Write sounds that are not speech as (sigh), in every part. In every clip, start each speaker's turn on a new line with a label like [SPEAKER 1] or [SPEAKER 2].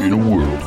[SPEAKER 1] In a world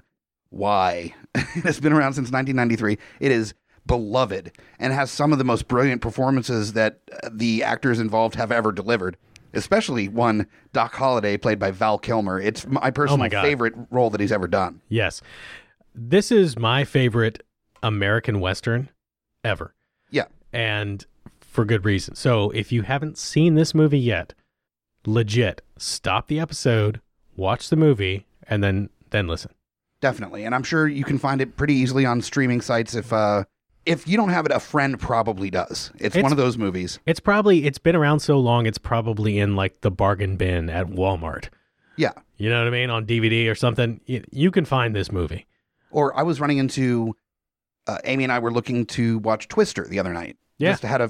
[SPEAKER 2] why? (laughs) it's been around since 1993. It is beloved and has some of the most brilliant performances that uh, the actors involved have ever delivered. Especially one Doc Holliday played by Val Kilmer. It's my personal
[SPEAKER 3] God.
[SPEAKER 2] favorite role that he's ever done.
[SPEAKER 3] Yes. This is my favorite American Western ever.
[SPEAKER 2] Yeah.
[SPEAKER 3] And for good reason. So if you haven't seen this movie yet, legit, stop the episode, watch the movie, and then then listen.
[SPEAKER 2] definitely and i'm sure you can find it pretty easily on streaming sites if uh if you don't have it a friend probably does it's,
[SPEAKER 3] It's-
[SPEAKER 2] one of those movies
[SPEAKER 3] It's probably it's been around so long it's probably in like the bargain bin at Walmart.
[SPEAKER 2] yeah
[SPEAKER 3] You know what I mean? On DVD or something. You, you can find this movie.
[SPEAKER 2] or i was running into uh, amy and i were looking to watch twister the other night
[SPEAKER 3] Yeah.
[SPEAKER 2] just had a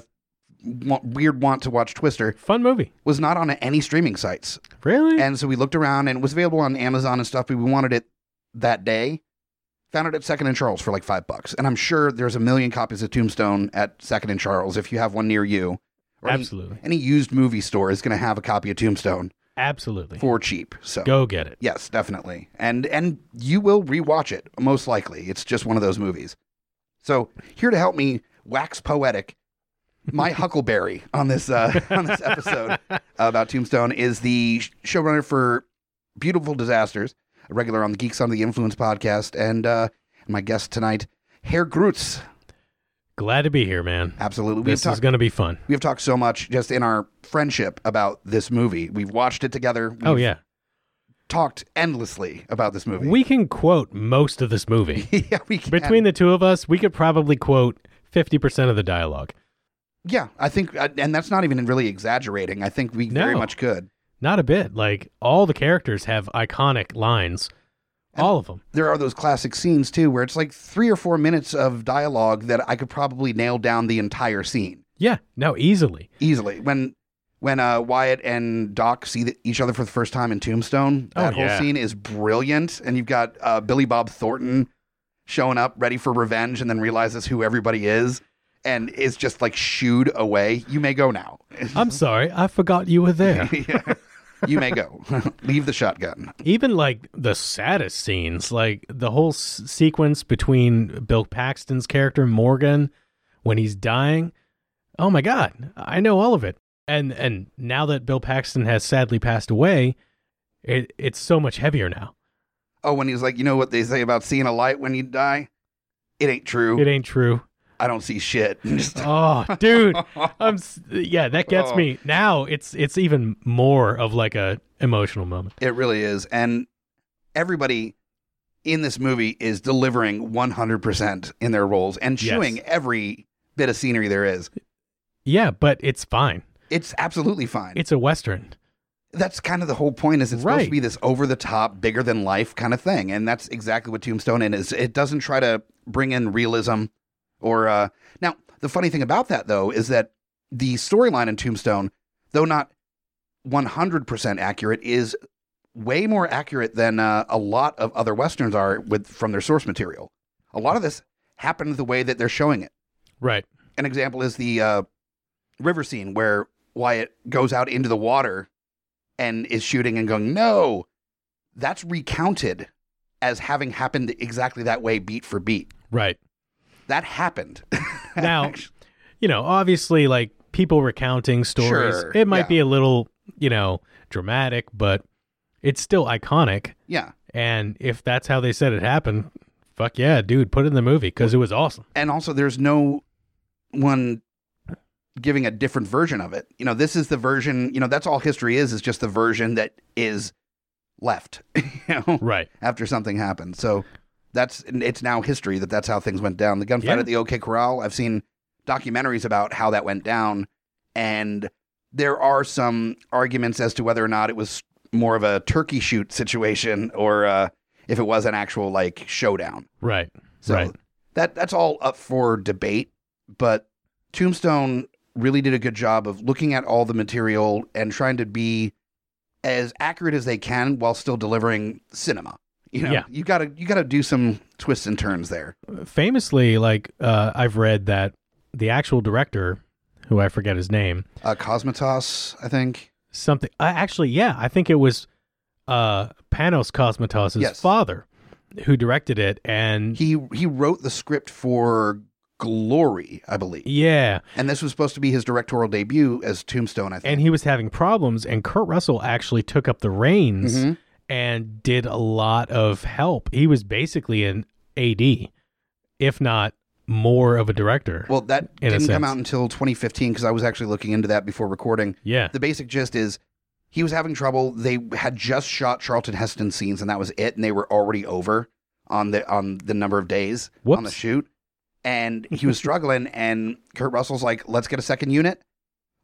[SPEAKER 2] wa- weird want to watch twister
[SPEAKER 3] Fun movie.
[SPEAKER 2] was not on any streaming sites
[SPEAKER 3] Really?
[SPEAKER 2] and so we looked around and it was available on amazon and stuff but we wanted it that day found it at second and charles for like five bucks and i'm sure there's a million copies of tombstone at second and charles if you have one near you or any-
[SPEAKER 3] absolutely.
[SPEAKER 2] any used movie store is going to have a copy of Tombstone
[SPEAKER 3] Absolutely.
[SPEAKER 2] for cheap. So
[SPEAKER 3] Go get it.
[SPEAKER 2] yes, definitely, and and you will rewatch it most likely. It's just one of those movies. So here to help me wax poetic,
[SPEAKER 3] (laughs)
[SPEAKER 2] my Huckleberry on this uh, on this episode about Tombstone is the sh- showrunner for Beautiful Disasters, a regular on the Geeks Under the Influence podcast, and uh, my guest tonight, Herr Grutz.
[SPEAKER 3] Glad to be here, man.
[SPEAKER 2] Absolutely,
[SPEAKER 3] This is going to be fun.
[SPEAKER 2] We've talked so much just in our friendship about this movie. We've watched it together. We've
[SPEAKER 3] Oh, yeah.
[SPEAKER 2] talked endlessly about this movie.
[SPEAKER 3] We can quote most of this movie.
[SPEAKER 2] (laughs) yeah, we can.
[SPEAKER 3] Between the two of us, we could probably quote 50% of the dialogue.
[SPEAKER 2] yeah, I think, uh, and that's not even really exaggerating. I think we very
[SPEAKER 3] No.
[SPEAKER 2] much could.
[SPEAKER 3] Not a bit. Like, all the characters have iconic lines. All of them.
[SPEAKER 2] There are those classic scenes too, where it's like three or four minutes of dialogue that I could probably nail down the entire scene
[SPEAKER 3] Yeah. No, easily.
[SPEAKER 2] easily. When when uh, Wyatt and Doc see the, each other for the first time in Tombstone,
[SPEAKER 3] Oh,
[SPEAKER 2] that whole
[SPEAKER 3] yeah.
[SPEAKER 2] scene is brilliant. And you've got uh, Billy Bob Thornton showing up ready for revenge, and then realizes who everybody is, and is just like shooed away. You may go now. (laughs)
[SPEAKER 3] I'm sorry. I forgot you were there.
[SPEAKER 2] Yeah. you may go. (laughs) Leave the shotgun.
[SPEAKER 3] even like the saddest scenes, like the whole s- sequence between Bill Paxton's character Morgan when he's dying. Oh my god, I know all of it. and and now that Bill Paxton has sadly passed away, it it's so much heavier now.
[SPEAKER 2] Oh, when he was like, you know what they say about seeing a light when you die? It ain't true.
[SPEAKER 3] It ain't true.
[SPEAKER 2] I don't see shit. (laughs) Just-
[SPEAKER 3] Oh, (laughs) dude, I'm s- yeah, that gets
[SPEAKER 2] Oh.
[SPEAKER 3] me. Now it's it's even more of like a emotional moment.
[SPEAKER 2] It really is. And everybody in this movie is delivering 100% in their roles and
[SPEAKER 3] Yes.
[SPEAKER 2] chewing every bit of scenery there is.
[SPEAKER 3] Yeah, but it's fine.
[SPEAKER 2] It's absolutely fine.
[SPEAKER 3] It's a western.
[SPEAKER 2] that's kind of the whole point is it's supposed
[SPEAKER 3] Right.
[SPEAKER 2] to be this over the top, bigger than life kind of thing. And that's exactly what Tombstone in is. It doesn't try to bring in realism or uh now the funny thing about that though is that the storyline in Tombstone, though not 100% accurate, is way more accurate than uh, a lot of other westerns are with from their source material. A lot of this happened the way that they're showing it
[SPEAKER 3] Right.
[SPEAKER 2] an example is the uh, river scene where Wyatt goes out into the water and is shooting and going, no, that's recounted as having happened exactly that way, beat for beat.
[SPEAKER 3] Right.
[SPEAKER 2] That happened. (laughs)
[SPEAKER 3] Now, you know, obviously like people recounting stories,
[SPEAKER 2] Sure,
[SPEAKER 3] it might
[SPEAKER 2] yeah.
[SPEAKER 3] be a little, you know, dramatic, but it's still iconic.
[SPEAKER 2] yeah.
[SPEAKER 3] And if that's how they said it happened, fuck yeah, dude, put it in the movie because it was awesome.
[SPEAKER 2] And also, there's no one giving a different version of it. You know, this is the version, you know, that's all history is, is just the version that is left, (laughs) you know?
[SPEAKER 3] Right.
[SPEAKER 2] after something happened. So that's it's now history that that's how things went down. The gunfight
[SPEAKER 3] Yeah.
[SPEAKER 2] at the OK Corral. I've seen documentaries about how that went down, and there are some arguments as to whether or not it was more of a turkey shoot situation or uh, if it was an actual like showdown.
[SPEAKER 3] Right.
[SPEAKER 2] So
[SPEAKER 3] Right.
[SPEAKER 2] that that's all up for debate. But Tombstone really did a good job of looking at all the material and trying to be as accurate as they can while still delivering cinema. You know,
[SPEAKER 3] Yeah.
[SPEAKER 2] you gotta you gotta do some twists and turns there.
[SPEAKER 3] Famously, like uh, I've read that the actual director, who I forget his name,
[SPEAKER 2] Uh, Cosmatos, I think.
[SPEAKER 3] something. I actually, yeah, I think it was uh, Panos Cosmatos'
[SPEAKER 2] Yes.
[SPEAKER 3] father who directed it, and
[SPEAKER 2] He he wrote the script for Glory, I believe,
[SPEAKER 3] yeah,
[SPEAKER 2] and this was supposed to be his directorial debut as Tombstone. I think.
[SPEAKER 3] and he was having problems, and Kurt Russell actually took up the reins
[SPEAKER 2] Mhm.
[SPEAKER 3] and did a lot of help. He was basically an AD, if not more of a director.
[SPEAKER 2] Well, that
[SPEAKER 3] In a
[SPEAKER 2] didn't come
[SPEAKER 3] sense.
[SPEAKER 2] out until 2015 because I was actually looking into that before recording.
[SPEAKER 3] yeah,
[SPEAKER 2] the basic gist is he was having trouble. They had just shot Charlton Heston scenes, and that was it. And they were already over on the on the number of days on the
[SPEAKER 3] Whoops.
[SPEAKER 2] shoot, and he was struggling. And Kurt Russell's like, "Let's get a second unit.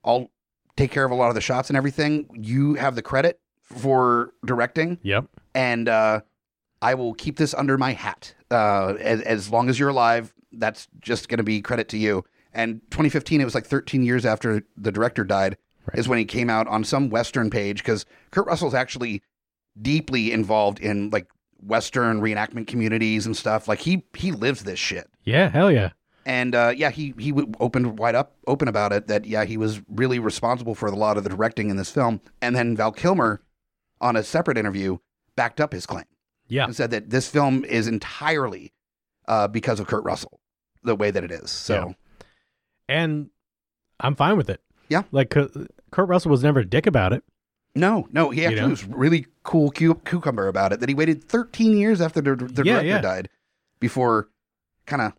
[SPEAKER 2] I'll take care of a lot of the shots and everything. You have the credit for directing,
[SPEAKER 3] yep,
[SPEAKER 2] and uh, I will keep this under my hat uh, as as long as you're alive. That's just going to be credit to you." And 2015, it was like 13 years after the director died
[SPEAKER 3] Right.
[SPEAKER 2] is when he came out on some Western page because Kurt Russell's actually deeply involved in like Western reenactment communities and stuff. Like he he lives this shit,
[SPEAKER 3] yeah, hell yeah.
[SPEAKER 2] and uh, yeah, he he w- opened wide up open about it that yeah he was really responsible for a lot of the directing in this film. And then Val Kilmer, on a separate interview, backed up his claim
[SPEAKER 3] Yeah,
[SPEAKER 2] and said that this film is entirely uh, because of Kurt Russell, the way that it is. So
[SPEAKER 3] and I'm fine with it.
[SPEAKER 2] Yeah.
[SPEAKER 3] like Kurt Kurt Russell was never a dick about it.
[SPEAKER 2] No, no, he actually
[SPEAKER 3] know?
[SPEAKER 2] was really cool cu- cucumber about it that he waited 13 years after the, the
[SPEAKER 3] Yeah,
[SPEAKER 2] director
[SPEAKER 3] yeah.
[SPEAKER 2] died before kind of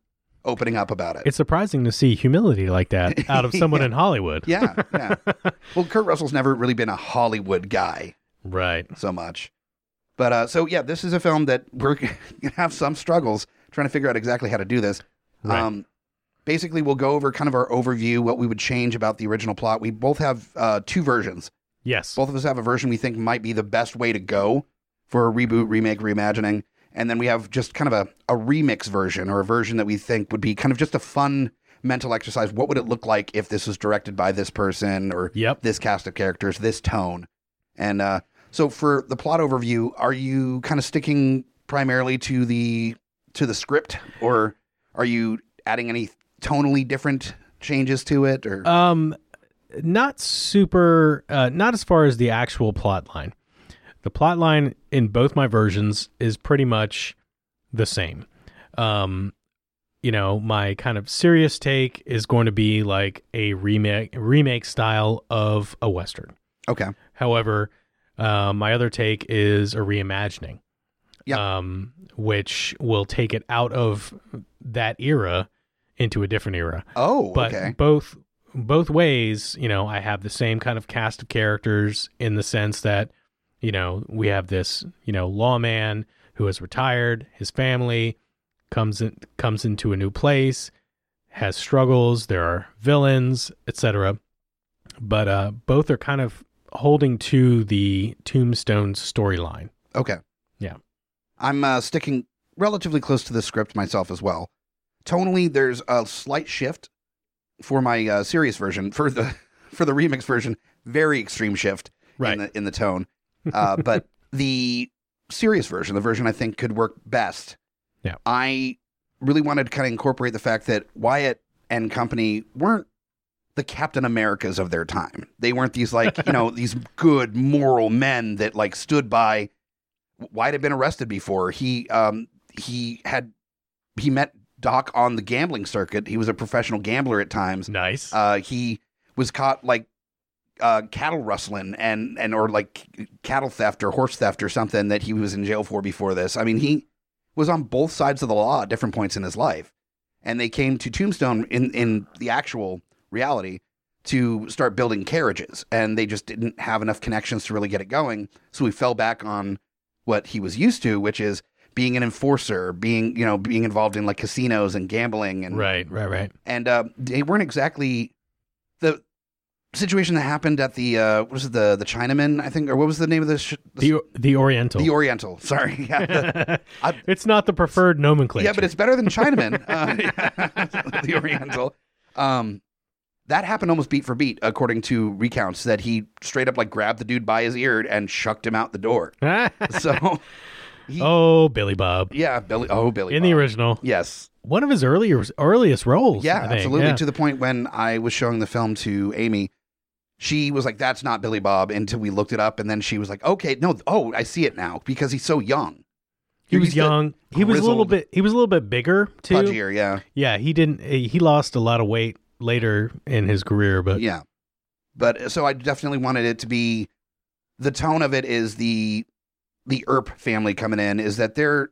[SPEAKER 2] opening up about it.
[SPEAKER 3] It's surprising to see humility
[SPEAKER 2] (laughs)
[SPEAKER 3] like that out of someone in Hollywood.
[SPEAKER 2] yeah,
[SPEAKER 3] (laughs)
[SPEAKER 2] yeah. well, Kurt Russell's never really been a Hollywood guy
[SPEAKER 3] Right.
[SPEAKER 2] so much. But uh, so, yeah, this is a film that we're (laughs) going to have some struggles trying to figure out exactly how to do this.
[SPEAKER 3] Right.
[SPEAKER 2] Um, basically, we'll go over kind of our overview, what we would change about the original plot. We both have uh, two versions
[SPEAKER 3] Yes.
[SPEAKER 2] Both of us have a version we think might be the best way to go for a reboot, remake, reimagining. And then we have just kind of a, a remix version or a version that we think would be kind of just a fun mental exercise. What would it look like if this was directed by this person or
[SPEAKER 3] yep.
[SPEAKER 2] this cast of characters, this tone? And uh, so for the plot overview, are you kind of sticking primarily to the to the script or are you adding any tonally different changes to it or
[SPEAKER 3] Um, not super. Uh, not as far as the actual plot line. The plot line in both my versions is pretty much the same. Um, you know, my kind of serious take is going to be like a remake remake style of a western.
[SPEAKER 2] Okay.
[SPEAKER 3] However, uh, my other take is a reimagining,
[SPEAKER 2] Yep.
[SPEAKER 3] um, which will take it out of that era into a different era.
[SPEAKER 2] Oh,
[SPEAKER 3] But
[SPEAKER 2] okay.
[SPEAKER 3] both both ways, you know, I have the same kind of cast of characters in the sense that, you know, we have this, you know, lawman who has retired, his family comes in, comes into a new place, has struggles, there are villains, etc. But uh, both are kind of holding to the tombstone storyline.
[SPEAKER 2] Okay.
[SPEAKER 3] Yeah.
[SPEAKER 2] I'm uh, sticking relatively close to the script myself as well. Tonally, there's a slight shift for my uh, serious version. For the (laughs) for the remix version, very extreme shift
[SPEAKER 3] Right.
[SPEAKER 2] in the in the tone.
[SPEAKER 3] (laughs)
[SPEAKER 2] Uh, but the serious version, the version I think could work best.
[SPEAKER 3] Yeah.
[SPEAKER 2] I really wanted to kind of incorporate the fact that Wyatt and company weren't the Captain Americas of their time. They weren't these like, you
[SPEAKER 3] (laughs)
[SPEAKER 2] know, these good moral men that like stood by White had been arrested before. He um he had he met Doc on the gambling circuit. He was a professional gambler at times.
[SPEAKER 3] Nice.
[SPEAKER 2] Uh, he was caught like uh, cattle rustling and and or like c- cattle theft or horse theft or something that he was in jail for before this. I mean, he was on both sides of the law at different points in his life, and they came to Tombstone in in the actual reality to start building carriages, and they just didn't have enough connections to really get it going. So we fell back on what he was used to, which is being an enforcer, being you know being involved in like casinos and gambling and
[SPEAKER 3] right. Right. Right.
[SPEAKER 2] and uh, they weren't exactly the situation that happened at the uh, what was it the the Chinaman I think or what was the name of the sh- the,
[SPEAKER 3] The the Oriental.
[SPEAKER 2] Oriental sorry yeah the- (laughs) I-
[SPEAKER 3] (laughs) it's not the preferred nomenclature.
[SPEAKER 2] yeah but it's better than Chinaman uh, (laughs) the Oriental um that happened almost beat for beat according to recounts that he straight up like grabbed the dude by his ear and shucked him out the door so
[SPEAKER 3] (laughs)
[SPEAKER 2] (laughs)
[SPEAKER 3] oh, Billy Bob.
[SPEAKER 2] yeah Billy oh Billy
[SPEAKER 3] in the
[SPEAKER 2] Bob.
[SPEAKER 3] original,
[SPEAKER 2] yes
[SPEAKER 3] one of his earlier earliest roles.
[SPEAKER 2] Yeah,
[SPEAKER 3] I think.
[SPEAKER 2] absolutely.
[SPEAKER 3] Yeah.
[SPEAKER 2] To the point when I was showing the film to Amy, she was like, "That's not Billy Bob." Until we looked it up, and then she was like, "Okay, no, oh, I see it now because he's so young,
[SPEAKER 3] he was
[SPEAKER 2] he's the
[SPEAKER 3] young. He was a little
[SPEAKER 2] grizzled-
[SPEAKER 3] bit. He was a little bit bigger too.
[SPEAKER 2] pudgier." Yeah,
[SPEAKER 3] Yeah, he didn't. He he lost a lot of weight later in his career, but
[SPEAKER 2] yeah. But uh, so I definitely wanted it to be. The tone of it is the the Earp family coming in is that they're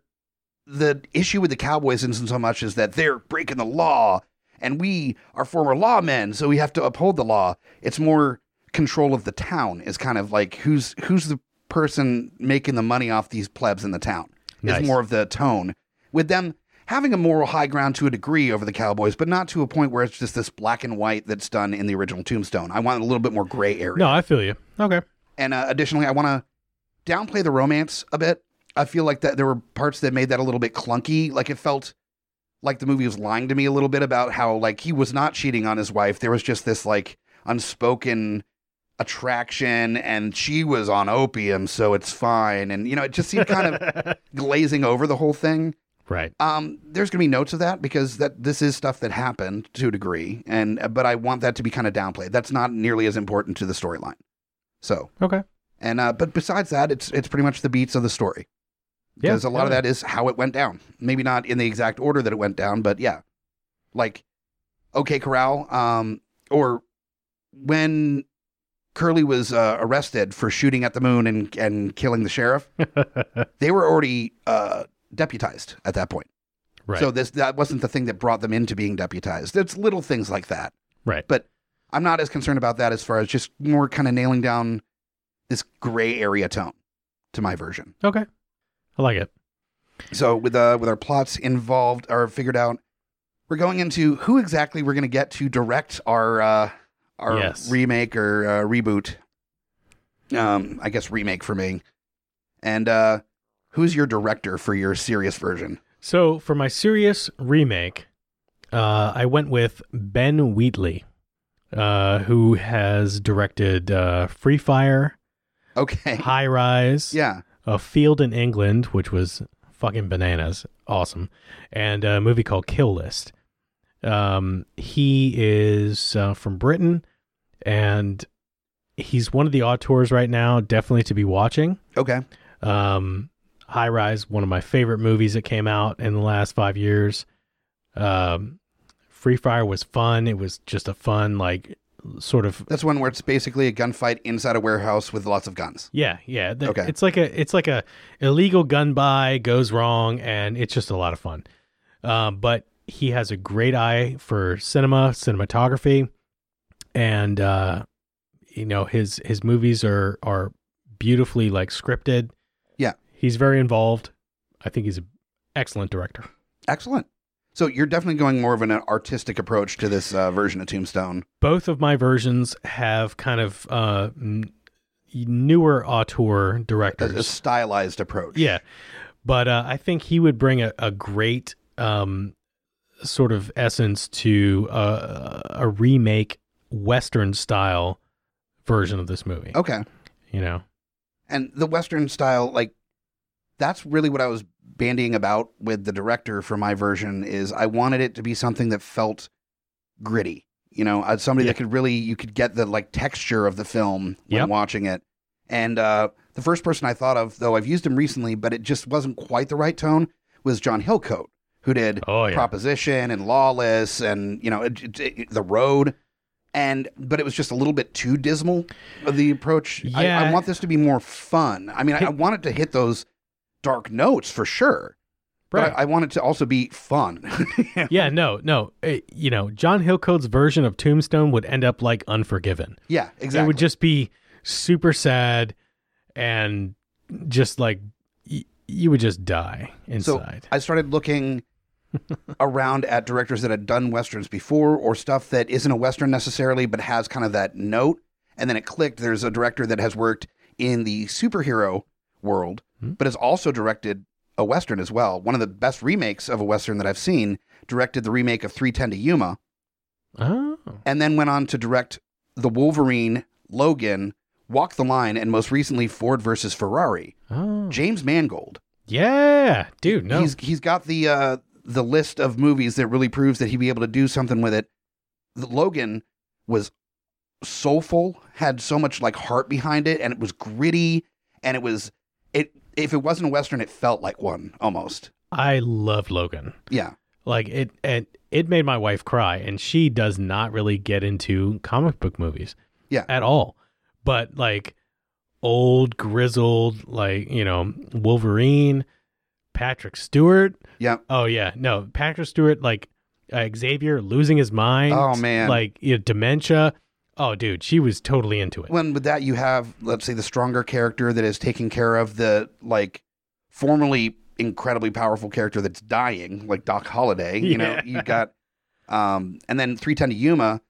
[SPEAKER 2] the issue with the Cowboys isn't so much is that they're breaking the law and we are former lawmen, so we have to uphold the law. It's more control of the town is kind of like who's who's the person making the money off these plebs in the town.
[SPEAKER 3] Nice.
[SPEAKER 2] Is more of the tone with them having a moral high ground to a degree over the Cowboys, but not to a point where it's just this black and white that's done in the original Tombstone. I want a little bit more gray area.
[SPEAKER 3] no, I feel you. Okay,
[SPEAKER 2] And uh, additionally, I want to downplay the romance a bit. I feel like that there were parts that made that a little bit clunky. Like it felt like the movie was lying to me a little bit about how like he was not cheating on his wife. There was just this like unspoken attraction, and she was on opium, so it's fine. And you know, it just seemed kind
[SPEAKER 3] (laughs)
[SPEAKER 2] of glazing over the whole thing.
[SPEAKER 3] right.
[SPEAKER 2] Um, there's going to be notes of that because that this is stuff that happened to a degree, and uh, but I want that to be kind of downplayed. That's not nearly as important to the storyline. So
[SPEAKER 3] Okay.
[SPEAKER 2] and uh, but besides that, it's it's pretty much the beats of the story
[SPEAKER 3] Yeah,
[SPEAKER 2] because a lot of
[SPEAKER 3] yeah.
[SPEAKER 2] that is how it went down. Maybe not in the exact order that it went down, but yeah, like OK Corral, um, or when Curly was uh, arrested for shooting at the moon and and killing the sheriff, they were already uh, deputized at that point.
[SPEAKER 3] (laughs) Right.
[SPEAKER 2] So this that wasn't the thing that brought them into being deputized. It's little things like that.
[SPEAKER 3] right.
[SPEAKER 2] But I'm not as concerned about that as far as just more kind of nailing down this gray area tone to my version.
[SPEAKER 3] Okay. I like it.
[SPEAKER 2] So with uh with our plots involved or figured out, we're going into who exactly we're going to get to direct our uh our
[SPEAKER 3] Yes.
[SPEAKER 2] remake or uh, reboot. Um, I guess remake for me. And uh who's your director for your serious version?
[SPEAKER 3] So for my serious remake, uh, I went with Ben Wheatley, uh, who has directed uh, Free Fire,
[SPEAKER 2] Okay.
[SPEAKER 3] High Rise,
[SPEAKER 2] Yeah.
[SPEAKER 3] A Field in England, which was fucking bananas, awesome, and a movie called Kill List. Um, he is uh, from Britain, and he's one of the auteurs right now, definitely to be watching.
[SPEAKER 2] Okay.
[SPEAKER 3] Um, High Rise, one of my favorite movies that came out in the last five years. Um, Free Fire was fun. It was just a fun, like, sort of
[SPEAKER 2] That's one where it's basically a gunfight inside a warehouse with lots of guns.
[SPEAKER 3] yeah, yeah. The-
[SPEAKER 2] Okay.
[SPEAKER 3] It's like a it's like a illegal gun buy goes wrong, and it's just a lot of fun. Um, but he has a great eye for cinema, cinematography, and uh, you know his his movies are are beautifully like scripted.
[SPEAKER 2] Yeah.
[SPEAKER 3] he's very involved. I think he's an excellent director.
[SPEAKER 2] Excellent. So you're definitely going more of an artistic approach to this uh, version of Tombstone.
[SPEAKER 3] both of my versions have kind of uh, n- newer auteur
[SPEAKER 2] A, a
[SPEAKER 3] directors.
[SPEAKER 2] stylized approach.
[SPEAKER 3] Yeah, but uh, I think he would bring a, a great um, sort of essence to uh, a remake Western style version of this movie.
[SPEAKER 2] Okay.
[SPEAKER 3] You know,
[SPEAKER 2] And the Western style, like that's really what I was bandying about with the director for my version is I wanted it to be something that felt gritty. You know, uh, somebody that could really you could get the like texture of the film when
[SPEAKER 3] Yep.
[SPEAKER 2] watching it. And uh, the first person I thought of, though I've used him recently, but it just wasn't quite the right tone, was John Hillcoat, who did
[SPEAKER 3] oh yeah,
[SPEAKER 2] proposition and lawless and you know it, it- it- the road and but it was just a little bit too dismal of the approach I, I
[SPEAKER 3] Yeah.
[SPEAKER 2] want this to be more fun i mean I, I want it to hit those dark notes for sure
[SPEAKER 3] right.
[SPEAKER 2] but I, I want it to also be fun (laughs)
[SPEAKER 3] yeah, no, no. eh, you know, John Hillcoat's version of Tombstone would end up like Unforgiven.
[SPEAKER 2] yeah exactly
[SPEAKER 3] It would just be super sad and just like y- you would just die inside.
[SPEAKER 2] I started
[SPEAKER 3] (laughs)
[SPEAKER 2] looking around at directors that had done westerns before or stuff that isn't a western necessarily but has kind of that note and then it clicked there's a director that has worked in the superhero world
[SPEAKER 3] Hmm.
[SPEAKER 2] but has also directed a western as well one of the best remakes of a western that I've seen directed the remake of 310 to Yuma
[SPEAKER 3] oh,
[SPEAKER 2] and then went on to direct The Wolverine, Logan, Walk the Line and most recently Ford versus Ferrari
[SPEAKER 3] oh,
[SPEAKER 2] James Mangold
[SPEAKER 3] yeah, dude. No,
[SPEAKER 2] he's he's got the uh the list of movies that really proves that he'd be able to do something with it. The- Logan was soulful, had so much like heart behind it, and it was gritty, and it was it. If it wasn't a western, it felt like one almost.
[SPEAKER 3] I love Logan.
[SPEAKER 2] Yeah,
[SPEAKER 3] Like it, and it made my wife cry, and she does not really get into comic book movies,
[SPEAKER 2] Yeah.
[SPEAKER 3] at all. But like old grizzled, like you know, Wolverine, Patrick Stewart,
[SPEAKER 2] yeah.
[SPEAKER 3] Oh yeah, no, Patrick Stewart like uh, Xavier losing his mind.
[SPEAKER 2] Oh, man.
[SPEAKER 3] like you know, dementia. Oh dude, she was totally into it.
[SPEAKER 2] When with that you have let's say the stronger character that is taking care of the like formerly incredibly powerful character that's dying, like Doc Holliday. You know,
[SPEAKER 3] Yeah.
[SPEAKER 2] you got um, and then three ten to Yuma,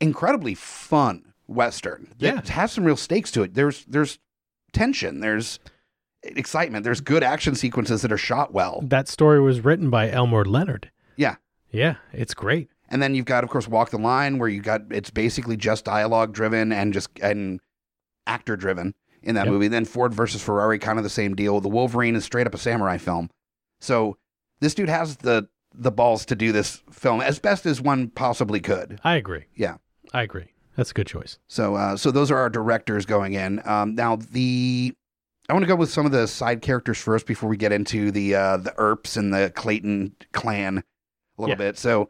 [SPEAKER 2] incredibly fun western. that has some real stakes to it. There's there's tension. There's excitement. There's good action sequences that are shot well.
[SPEAKER 3] that story was written by Elmore Leonard.
[SPEAKER 2] Yeah.
[SPEAKER 3] yeah, it's great.
[SPEAKER 2] And then you've got, of course, Walk the Line, where you got it's basically just dialogue driven and just and actor driven in that
[SPEAKER 3] Yep.
[SPEAKER 2] movie. Then Ford versus Ferrari, kind of the same deal. The Wolverine is straight up a samurai film. So this dude has the the balls to do this film as best as one possibly could.
[SPEAKER 3] I agree.
[SPEAKER 2] Yeah.
[SPEAKER 3] I agree. That's a good choice.
[SPEAKER 2] So uh, so those are our directors going in. Um, now the I want to go with some of the side characters first before we get into the uh, the Earps and the Clayton clan a little
[SPEAKER 3] Yeah.
[SPEAKER 2] bit. So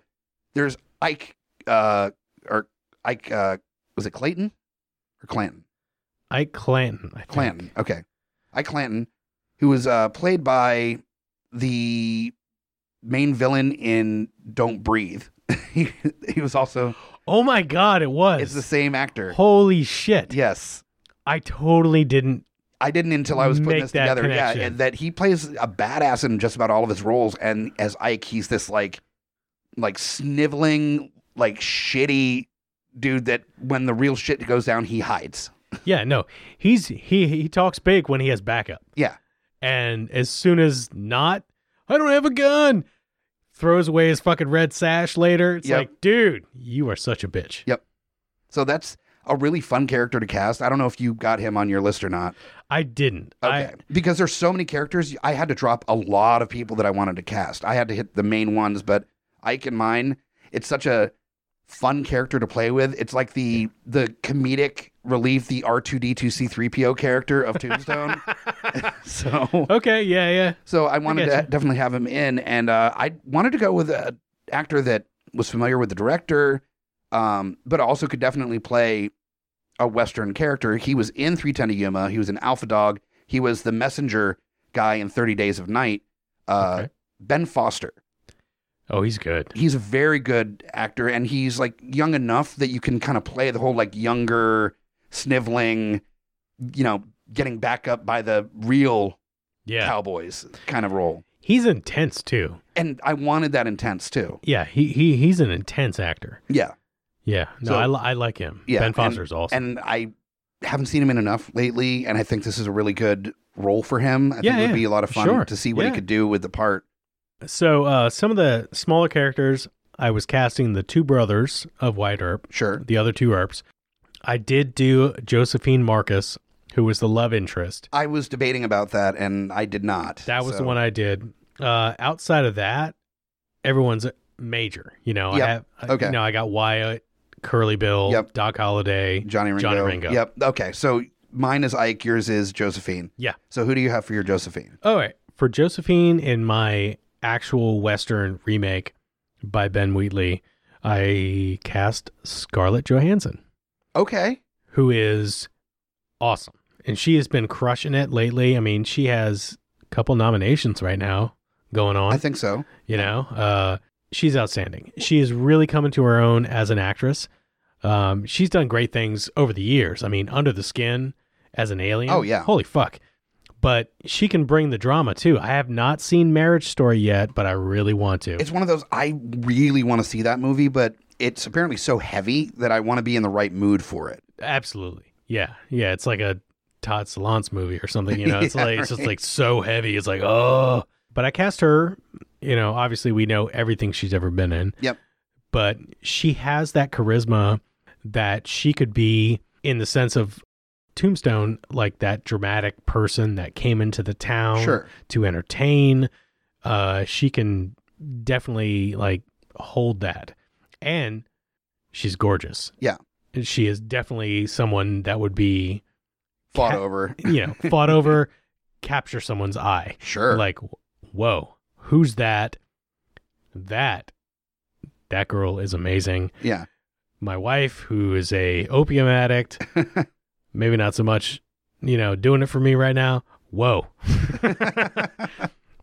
[SPEAKER 2] there's Ike uh, or Ike uh, was it Clayton or Clanton?
[SPEAKER 3] Ike Clanton. I think.
[SPEAKER 2] Clanton. Okay, Ike Clanton, who was uh, played by the main villain in Don't Breathe. (laughs) he, he was also
[SPEAKER 3] Oh my god, it was.
[SPEAKER 2] it's the same actor.
[SPEAKER 3] Holy shit!
[SPEAKER 2] Yes.
[SPEAKER 3] I totally didn't.
[SPEAKER 2] I didn't until I was putting
[SPEAKER 3] Make
[SPEAKER 2] this
[SPEAKER 3] that
[SPEAKER 2] together. Yeah,
[SPEAKER 3] connection.
[SPEAKER 2] and that he plays a badass in just about all of his roles, and as Ike, he's this like, like sniveling, like shitty dude that when the real shit goes down, he hides.
[SPEAKER 3] Yeah, no, he's he he talks big when he has backup.
[SPEAKER 2] Yeah.
[SPEAKER 3] and as soon as not, I don't have a gun. Throws away his fucking red sash later. It's
[SPEAKER 2] Yep.
[SPEAKER 3] like, dude, you are such a bitch.
[SPEAKER 2] Yep. So that's a really fun character to cast. I don't know if you got him on your list or not.
[SPEAKER 3] I didn't.
[SPEAKER 2] Okay.
[SPEAKER 3] I,
[SPEAKER 2] because there's so many characters, I had to drop a lot of people that I wanted to cast. I had to hit the main ones, but Ike and mine, it's such a fun character to play with. It's like the the comedic relief, the R2D2 C3PO character of Tombstone. so
[SPEAKER 3] (laughs) okay, yeah, yeah.
[SPEAKER 2] so I wanted
[SPEAKER 3] I
[SPEAKER 2] to
[SPEAKER 3] gotcha.
[SPEAKER 2] definitely have him in and uh, I wanted to go with a actor that was familiar with the director, um, but also could definitely play a Western character. He was in 310 to Yuma. He was in Alpha Dog. He was the messenger guy in 30 Days of Night. Uh,
[SPEAKER 3] Okay.
[SPEAKER 2] Ben Foster.
[SPEAKER 3] Oh, he's good.
[SPEAKER 2] He's a very good actor, and he's like young enough that you can kind of play the whole like younger, sniveling, you know, getting back up by the real
[SPEAKER 3] Yeah.
[SPEAKER 2] cowboys kind of role.
[SPEAKER 3] He's intense too.
[SPEAKER 2] And I wanted that intense too.
[SPEAKER 3] Yeah, he, he he's an intense actor.
[SPEAKER 2] Yeah.
[SPEAKER 3] Yeah. No,
[SPEAKER 2] So-
[SPEAKER 3] I, li- I like him.
[SPEAKER 2] Yeah,
[SPEAKER 3] ben
[SPEAKER 2] and-
[SPEAKER 3] Foster's awesome.
[SPEAKER 2] and I haven't seen him in enough lately, and I think this is a really good role for him. I think
[SPEAKER 3] Yeah,
[SPEAKER 2] it would
[SPEAKER 3] yeah,
[SPEAKER 2] be a lot of fun
[SPEAKER 3] sure,
[SPEAKER 2] to see what
[SPEAKER 3] yeah.
[SPEAKER 2] he could do with the part.
[SPEAKER 3] so uh, some of the smaller characters, I was casting the two brothers of White Earp,
[SPEAKER 2] Sure.
[SPEAKER 3] the other two Earps. I did do Josephine Marcus, who was the love interest.
[SPEAKER 2] I was debating about that, and I did not.
[SPEAKER 3] That was
[SPEAKER 2] so-
[SPEAKER 3] the one I did. Uh, outside of that, everyone's major. You know,
[SPEAKER 2] Yep.
[SPEAKER 3] I have, I-
[SPEAKER 2] Okay.
[SPEAKER 3] you know, I got Wyatt, Curly Bill,
[SPEAKER 2] Yep.
[SPEAKER 3] Doc Holliday.
[SPEAKER 2] Johnny Ringo.
[SPEAKER 3] Johnny Ringo.
[SPEAKER 2] Yep. Okay. So mine is Ike. Yours is Josephine.
[SPEAKER 3] Yeah.
[SPEAKER 2] So who do you have for your Josephine?
[SPEAKER 3] All right. Oh, For Josephine in my actual Western remake by Ben Wheatley, I cast Scarlett Johansson,
[SPEAKER 2] Okay.
[SPEAKER 3] who is awesome. And she has been crushing it lately. I mean, she has a couple nominations right now going on.
[SPEAKER 2] I think so.
[SPEAKER 3] you know, uh, she's outstanding. She is really coming to her own as an actress. Um, she's done great things over the years. I mean, Under the Skin as an alien.
[SPEAKER 2] Oh, yeah.
[SPEAKER 3] Holy fuck. But she can bring the drama too. I have not seen Marriage Story yet, but I really want to.
[SPEAKER 2] It's one of those I really want to see that movie, but it's apparently so heavy that I want to be in the right mood for it.
[SPEAKER 3] Absolutely. Yeah. Yeah. It's like a Todd Solondz movie or something. You
[SPEAKER 2] (laughs)
[SPEAKER 3] know, it's
[SPEAKER 2] Yeah,
[SPEAKER 3] like, it's just
[SPEAKER 2] right.
[SPEAKER 3] like so heavy. It's like, oh. But I cast her, you know, obviously we know everything she's ever been in.
[SPEAKER 2] Yep.
[SPEAKER 3] But she has that charisma that she could be in the sense of Tombstone, like that dramatic person that came into the town
[SPEAKER 2] Sure.
[SPEAKER 3] to entertain. Uh, she can definitely like hold that. And she's gorgeous.
[SPEAKER 2] Yeah.
[SPEAKER 3] And she is definitely someone that would be,
[SPEAKER 2] Fought
[SPEAKER 3] Cat-
[SPEAKER 2] over.
[SPEAKER 3] you know, (laughs) fought over, capture someone's eye.
[SPEAKER 2] Sure.
[SPEAKER 3] Like, whoa, who's that? That, that girl is amazing.
[SPEAKER 2] yeah.
[SPEAKER 3] My wife, who is a opium addict, maybe not so much, you know, doing it for me right now. Whoa.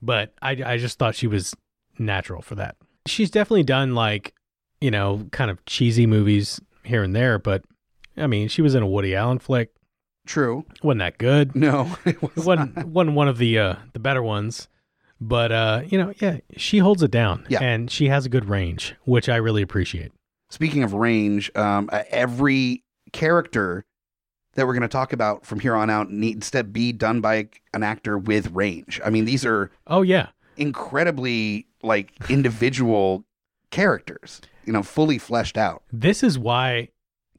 [SPEAKER 3] but I, I just thought she was natural for that. She's definitely done like, you know, kind of cheesy movies here and there, but I mean, she was in a Woody Allen flick.
[SPEAKER 2] True.
[SPEAKER 3] wasn't that good.
[SPEAKER 2] (laughs)
[SPEAKER 3] (laughs)
[SPEAKER 2] No. It was
[SPEAKER 3] It wasn't wasn't one of the uh, the better ones, but uh, you know, yeah, she holds it down,
[SPEAKER 2] Yeah.
[SPEAKER 3] and she has a good range, which I really appreciate.
[SPEAKER 2] Speaking of range, um, uh, every character that we're going to talk about from here on out needs to be done by an actor with range. I mean, these are
[SPEAKER 3] Oh yeah,
[SPEAKER 2] incredibly like
[SPEAKER 3] (laughs)
[SPEAKER 2] individual characters, you know, fully fleshed out.
[SPEAKER 3] this is why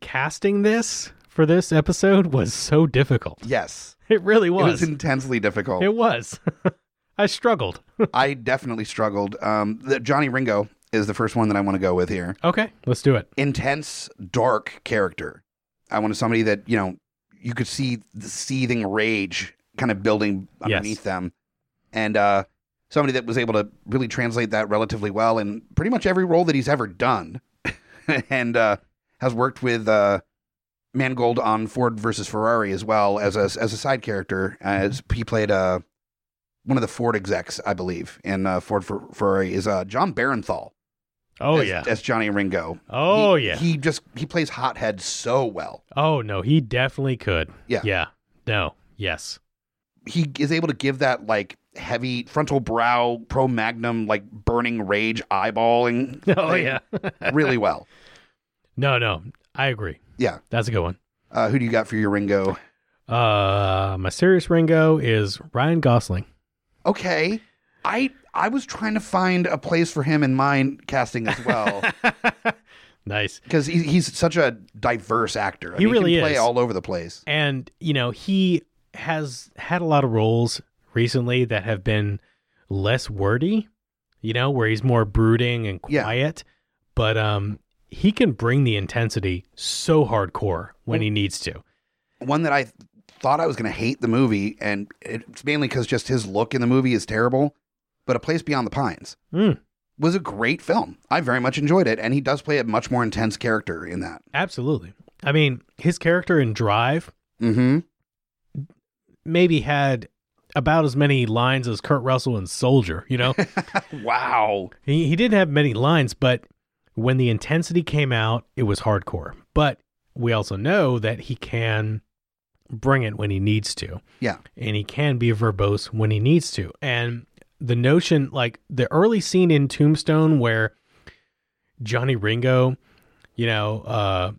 [SPEAKER 3] casting this for this episode was so difficult. (laughs)
[SPEAKER 2] Yes,
[SPEAKER 3] It really
[SPEAKER 2] it
[SPEAKER 3] was.
[SPEAKER 2] was intensely difficult.
[SPEAKER 3] It was. (laughs) I struggled.
[SPEAKER 2] I definitely struggled. Um, the, Johnny Ringo is the first one that I want to go with here.
[SPEAKER 3] Okay, let's do it.
[SPEAKER 2] intense, dark character. I wanted somebody that you know you could see the seething rage kind of building
[SPEAKER 3] Yes.
[SPEAKER 2] underneath them, and uh, somebody that was able to really translate that relatively well in pretty much every role that he's ever done, (laughs) and uh, has worked with uh, Mangold on Ford versus Ferrari as well as a, as a side character.
[SPEAKER 3] Mm-hmm.
[SPEAKER 2] As he played uh, one of the Ford execs, I believe, in uh, Ford for Ferrari is uh, John Barenthal.
[SPEAKER 3] Oh
[SPEAKER 2] as,
[SPEAKER 3] yeah.
[SPEAKER 2] as Johnny Ringo.
[SPEAKER 3] Oh
[SPEAKER 2] He-
[SPEAKER 3] yeah.
[SPEAKER 2] He just he plays hothead so well.
[SPEAKER 3] oh no, he definitely could.
[SPEAKER 2] Yeah.
[SPEAKER 3] Yeah. No.
[SPEAKER 2] (laughs)
[SPEAKER 3] Yes.
[SPEAKER 2] He is able to give that like heavy frontal brow pro magnum like burning rage eyeballing
[SPEAKER 3] (laughs) Oh
[SPEAKER 2] thing
[SPEAKER 3] yeah.
[SPEAKER 2] really well.
[SPEAKER 3] no, no. I agree.
[SPEAKER 2] Yeah.
[SPEAKER 3] That's a good one.
[SPEAKER 2] Uh, who do you got for your Ringo?
[SPEAKER 3] Uh my serious Ringo is Ryan Gosling.
[SPEAKER 2] (laughs) Okay. I I was trying to find a place for him in mine casting as
[SPEAKER 3] (laughs)
[SPEAKER 2] well
[SPEAKER 3] nice.
[SPEAKER 2] because he, he's such a diverse actor. I
[SPEAKER 3] He
[SPEAKER 2] mean,
[SPEAKER 3] really
[SPEAKER 2] can play
[SPEAKER 3] is.
[SPEAKER 2] all over the place.
[SPEAKER 3] And you know, he has had a lot of roles recently that have been less wordy, you know, where he's more brooding and
[SPEAKER 2] Yeah.
[SPEAKER 3] quiet, but um he can bring the intensity so hardcore when he needs to.
[SPEAKER 2] one that I th- thought I was going to hate the movie, and it's mainly because just his look in the movie is terrible. But A Place Beyond the Pines.
[SPEAKER 3] Hmm.
[SPEAKER 2] was a great film. I very much enjoyed it, and he does play a much more intense character in that.
[SPEAKER 3] Absolutely. I mean, his character in Drive
[SPEAKER 2] Mm-hmm.
[SPEAKER 3] maybe had about as many lines as Kurt Russell in Soldier, you know?
[SPEAKER 2] Wow.
[SPEAKER 3] he, he didn't have many lines, but when the intensity came out, it was hardcore. But we also know that he can bring it when he needs to.
[SPEAKER 2] Yeah.
[SPEAKER 3] and he can be verbose when he needs to. And the notion, like the early scene in Tombstone where Johnny Ringo, you know, uh,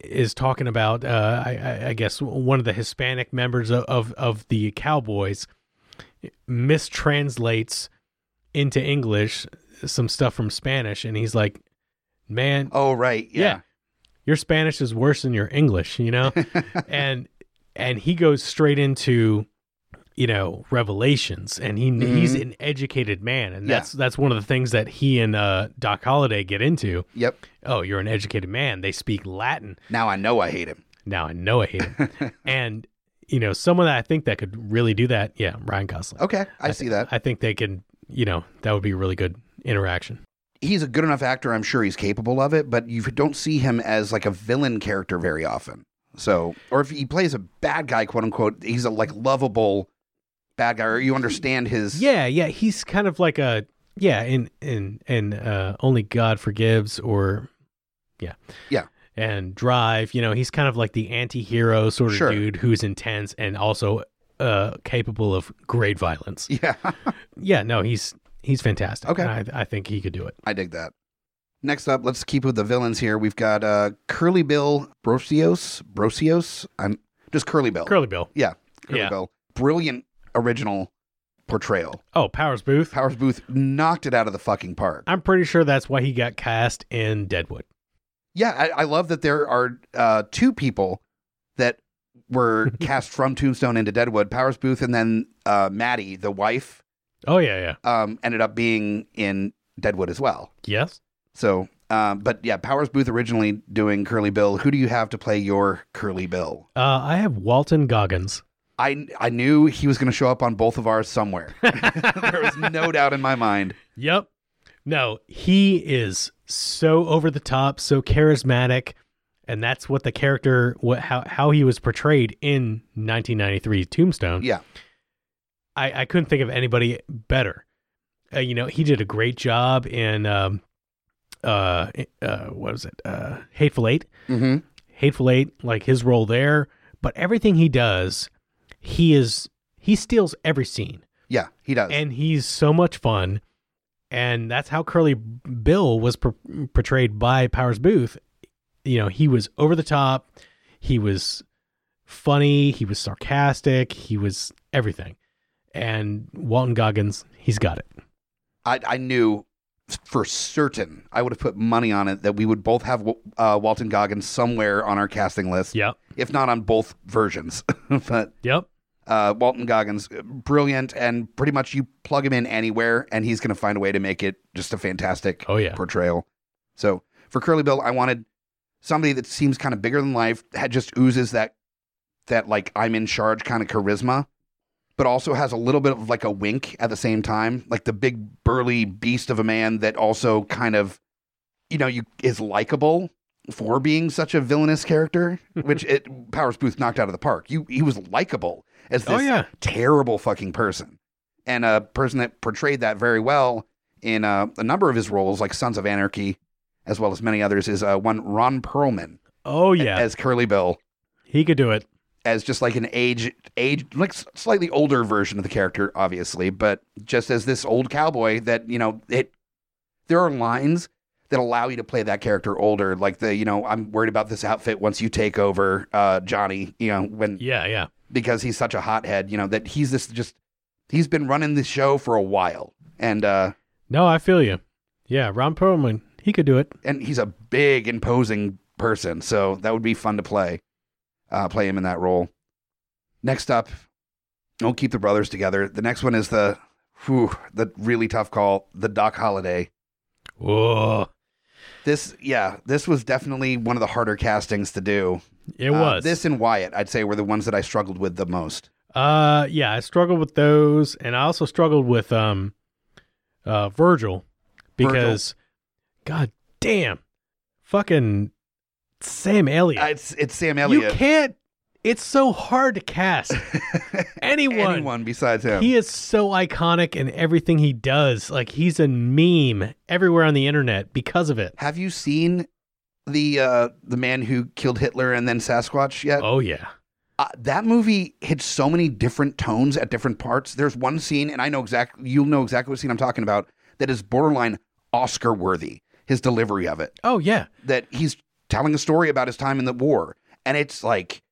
[SPEAKER 3] is talking about, uh, I- I, I guess, one of the Hispanic members of, of, of the Cowboys mistranslates into English some stuff from Spanish. And he's like, man,
[SPEAKER 2] Oh right. Yeah.
[SPEAKER 3] your Spanish is worse than your English,
[SPEAKER 2] (laughs)
[SPEAKER 3] you know? and and he goes straight into you know revelations and he he's an educated man and
[SPEAKER 2] Mm-hmm. Yeah.
[SPEAKER 3] that's that's one of the things that he and uh Doc Holliday get into.
[SPEAKER 2] Yep.
[SPEAKER 3] Oh, you're an educated man. They speak Latin.
[SPEAKER 2] Now I know I hate him.
[SPEAKER 3] Now I know I hate
[SPEAKER 2] (laughs)
[SPEAKER 3] him. and you know, someone that I think that could really do that, yeah, Ryan Gosling.
[SPEAKER 2] Okay, I, see that.
[SPEAKER 3] I think they can, you know, that would be a really good interaction.
[SPEAKER 2] he's a good enough actor. I'm sure he's capable of it, but you don't see him as like a villain character very often. So, or if he plays a bad guy, quote unquote, he's a like lovable bad guy, or you understand his.
[SPEAKER 3] Yeah, yeah, he's kind of like a yeah, in in in uh only God forgives or yeah.
[SPEAKER 2] Yeah.
[SPEAKER 3] And Drive, you know, he's kind of like the anti-hero sort of
[SPEAKER 2] Sure.
[SPEAKER 3] dude who's intense and also uh capable of great violence.
[SPEAKER 2] (laughs) Yeah.
[SPEAKER 3] Yeah, no, he's he's fantastic.
[SPEAKER 2] Okay.
[SPEAKER 3] I I think he could do it.
[SPEAKER 2] I dig that. Next up, let's keep with the villains here. We've got uh, Curly Bill Brosios. Brosios? I'm just Curly Bill.
[SPEAKER 3] Curly Bill.
[SPEAKER 2] Oh, yeah. Curly
[SPEAKER 3] Yeah.
[SPEAKER 2] Bill. Brilliant original portrayal.
[SPEAKER 3] Oh, Powers Booth.
[SPEAKER 2] Powers Booth knocked it out of the fucking park.
[SPEAKER 3] I'm pretty sure that's why he got cast in Deadwood.
[SPEAKER 2] Yeah, I, I love that there are uh, two people that
[SPEAKER 3] (laughs)
[SPEAKER 2] were cast from Tombstone into Deadwood, Powers Booth, and then uh, Maddie, the wife,
[SPEAKER 3] Oh yeah, yeah.
[SPEAKER 2] um, ended up being in Deadwood as well.
[SPEAKER 3] Yes.
[SPEAKER 2] So, um, but yeah, Powers Booth originally doing Curly Bill. Who do you have to play your Curly Bill?
[SPEAKER 3] Uh, I have Walton Goggins.
[SPEAKER 2] I I knew he was going to show up on both of ours somewhere. there was no doubt in my mind.
[SPEAKER 3] Yep. No, he is so over the top, so charismatic, and that's what the character what how how he was portrayed in 1993 Tombstone.
[SPEAKER 2] Yeah,
[SPEAKER 3] I I couldn't think of anybody better. Uh, you know, he did a great job in um uh uh what was it? Uh Hateful 8.
[SPEAKER 2] hmm
[SPEAKER 3] Hateful Eight, like his role there, but everything he does, he is he steals every scene
[SPEAKER 2] yeah, he does.
[SPEAKER 3] and he's so much fun and that's how curly bill was per- portrayed by powers booth you know he was over the top he was funny he was sarcastic he was everything and walton goggins he's got it
[SPEAKER 2] I, I knew for certain I would have put money on it that we would both have uh, Walton Goggins somewhere on our casting list,
[SPEAKER 3] yep
[SPEAKER 2] if not on both versions. (laughs) but
[SPEAKER 3] yep
[SPEAKER 2] uh, Walton Goggins, brilliant, and pretty much you plug him in anywhere, and he's going to find a way to make it just a fantastic
[SPEAKER 3] oh yeah
[SPEAKER 2] portrayal. So for Curly Bill, I wanted somebody that seems kind of bigger than life, that just oozes that that like I'm in charge kind of charisma, but also has a little bit of like a wink at the same time, like the big burly beast of a man that also kind of you know you is likable for being such a villainous character, which it Powers Booth knocked out of the park. You he was likable as this
[SPEAKER 3] oh yeah
[SPEAKER 2] terrible fucking person and a person that portrayed that very well in uh, a number of his roles like sons of anarchy as well as many others is uh, one ron perlman
[SPEAKER 3] oh yeah
[SPEAKER 2] as curly bill
[SPEAKER 3] he could do it
[SPEAKER 2] as just like an age age like s- slightly older version of the character obviously but just as this old cowboy that you know it there are lines that allow you to play that character older like the you know i'm worried about this outfit once you take over uh, johnny you know when
[SPEAKER 3] yeah yeah
[SPEAKER 2] because he's such a hothead, you know, that he's this just he's been running the show for a while. And uh
[SPEAKER 3] no i feel you yeah ron perlman he could do it
[SPEAKER 2] and he's a big imposing person, so that would be fun to play. Uh play him in that role. Next up, don't keep the brothers together. The next one is the whew, the really tough call, the Doc Holiday.
[SPEAKER 3] whoa
[SPEAKER 2] This yeah, this was definitely one of the harder castings to do.
[SPEAKER 3] it
[SPEAKER 2] Uh,
[SPEAKER 3] was
[SPEAKER 2] This and Wyatt, I'd say were the ones that I struggled with the most.
[SPEAKER 3] Uh, yeah, I struggled with those, and I also struggled with um, uh, Virgil
[SPEAKER 2] Virgil.
[SPEAKER 3] because god damn fucking Sam Elliott.
[SPEAKER 2] Uh, it's it's Sam
[SPEAKER 3] you
[SPEAKER 2] Elliott.
[SPEAKER 3] can't it's so hard to (laughs) cast anyone.
[SPEAKER 2] Anyone besides him?
[SPEAKER 3] He is so iconic in everything he does. Like he's a meme everywhere on the internet because of it.
[SPEAKER 2] Have you seen the uh, the man who killed Hitler and then Sasquatch yet?
[SPEAKER 3] Oh yeah.
[SPEAKER 2] Uh, that movie hits so many different tones at different parts. There's one scene, and I know exactly you'll know exactly what scene I'm talking about. That is borderline Oscar worthy. His delivery of it.
[SPEAKER 3] Oh yeah.
[SPEAKER 2] That he's telling a story about his time in the war, and it's like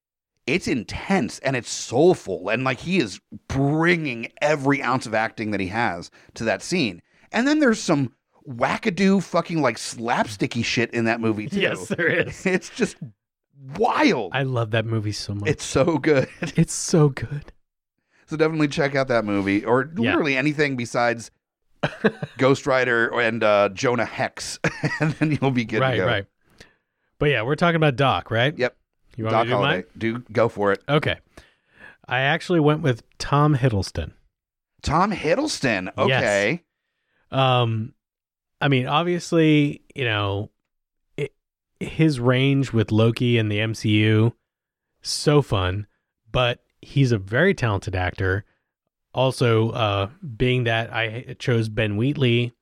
[SPEAKER 2] it's intense and it's soulful, and like he is bringing every ounce of acting that he has to that scene. And then there's some wackadoo fucking like slapsticky shit in that movie too.
[SPEAKER 3] Yes, there (laughs) is.
[SPEAKER 2] (laughs) It's just wild.
[SPEAKER 3] I love that movie so much.
[SPEAKER 2] it's so good. (laughs)
[SPEAKER 3] it's so good.
[SPEAKER 2] So definitely check out that movie or
[SPEAKER 3] Yeah.
[SPEAKER 2] literally anything
[SPEAKER 3] (laughs)
[SPEAKER 2] besides Ghost Rider and uh, Jonah Hex, (laughs) and then you'll be good
[SPEAKER 3] right,
[SPEAKER 2] to go.
[SPEAKER 3] right. But yeah, we're talking about Doc, right?
[SPEAKER 2] Yep.
[SPEAKER 3] You want
[SPEAKER 2] Doc
[SPEAKER 3] me to do
[SPEAKER 2] Holliday,
[SPEAKER 3] mine?
[SPEAKER 2] do go for it.
[SPEAKER 3] Okay. I actually went with Tom Hiddleston.
[SPEAKER 2] Tom Hiddleston. Okay.
[SPEAKER 3] Um, I mean, obviously, you know, it, his range with Loki and the MCU, so fun, but he's a very talented actor. Also, uh, being that I chose Ben Wheatley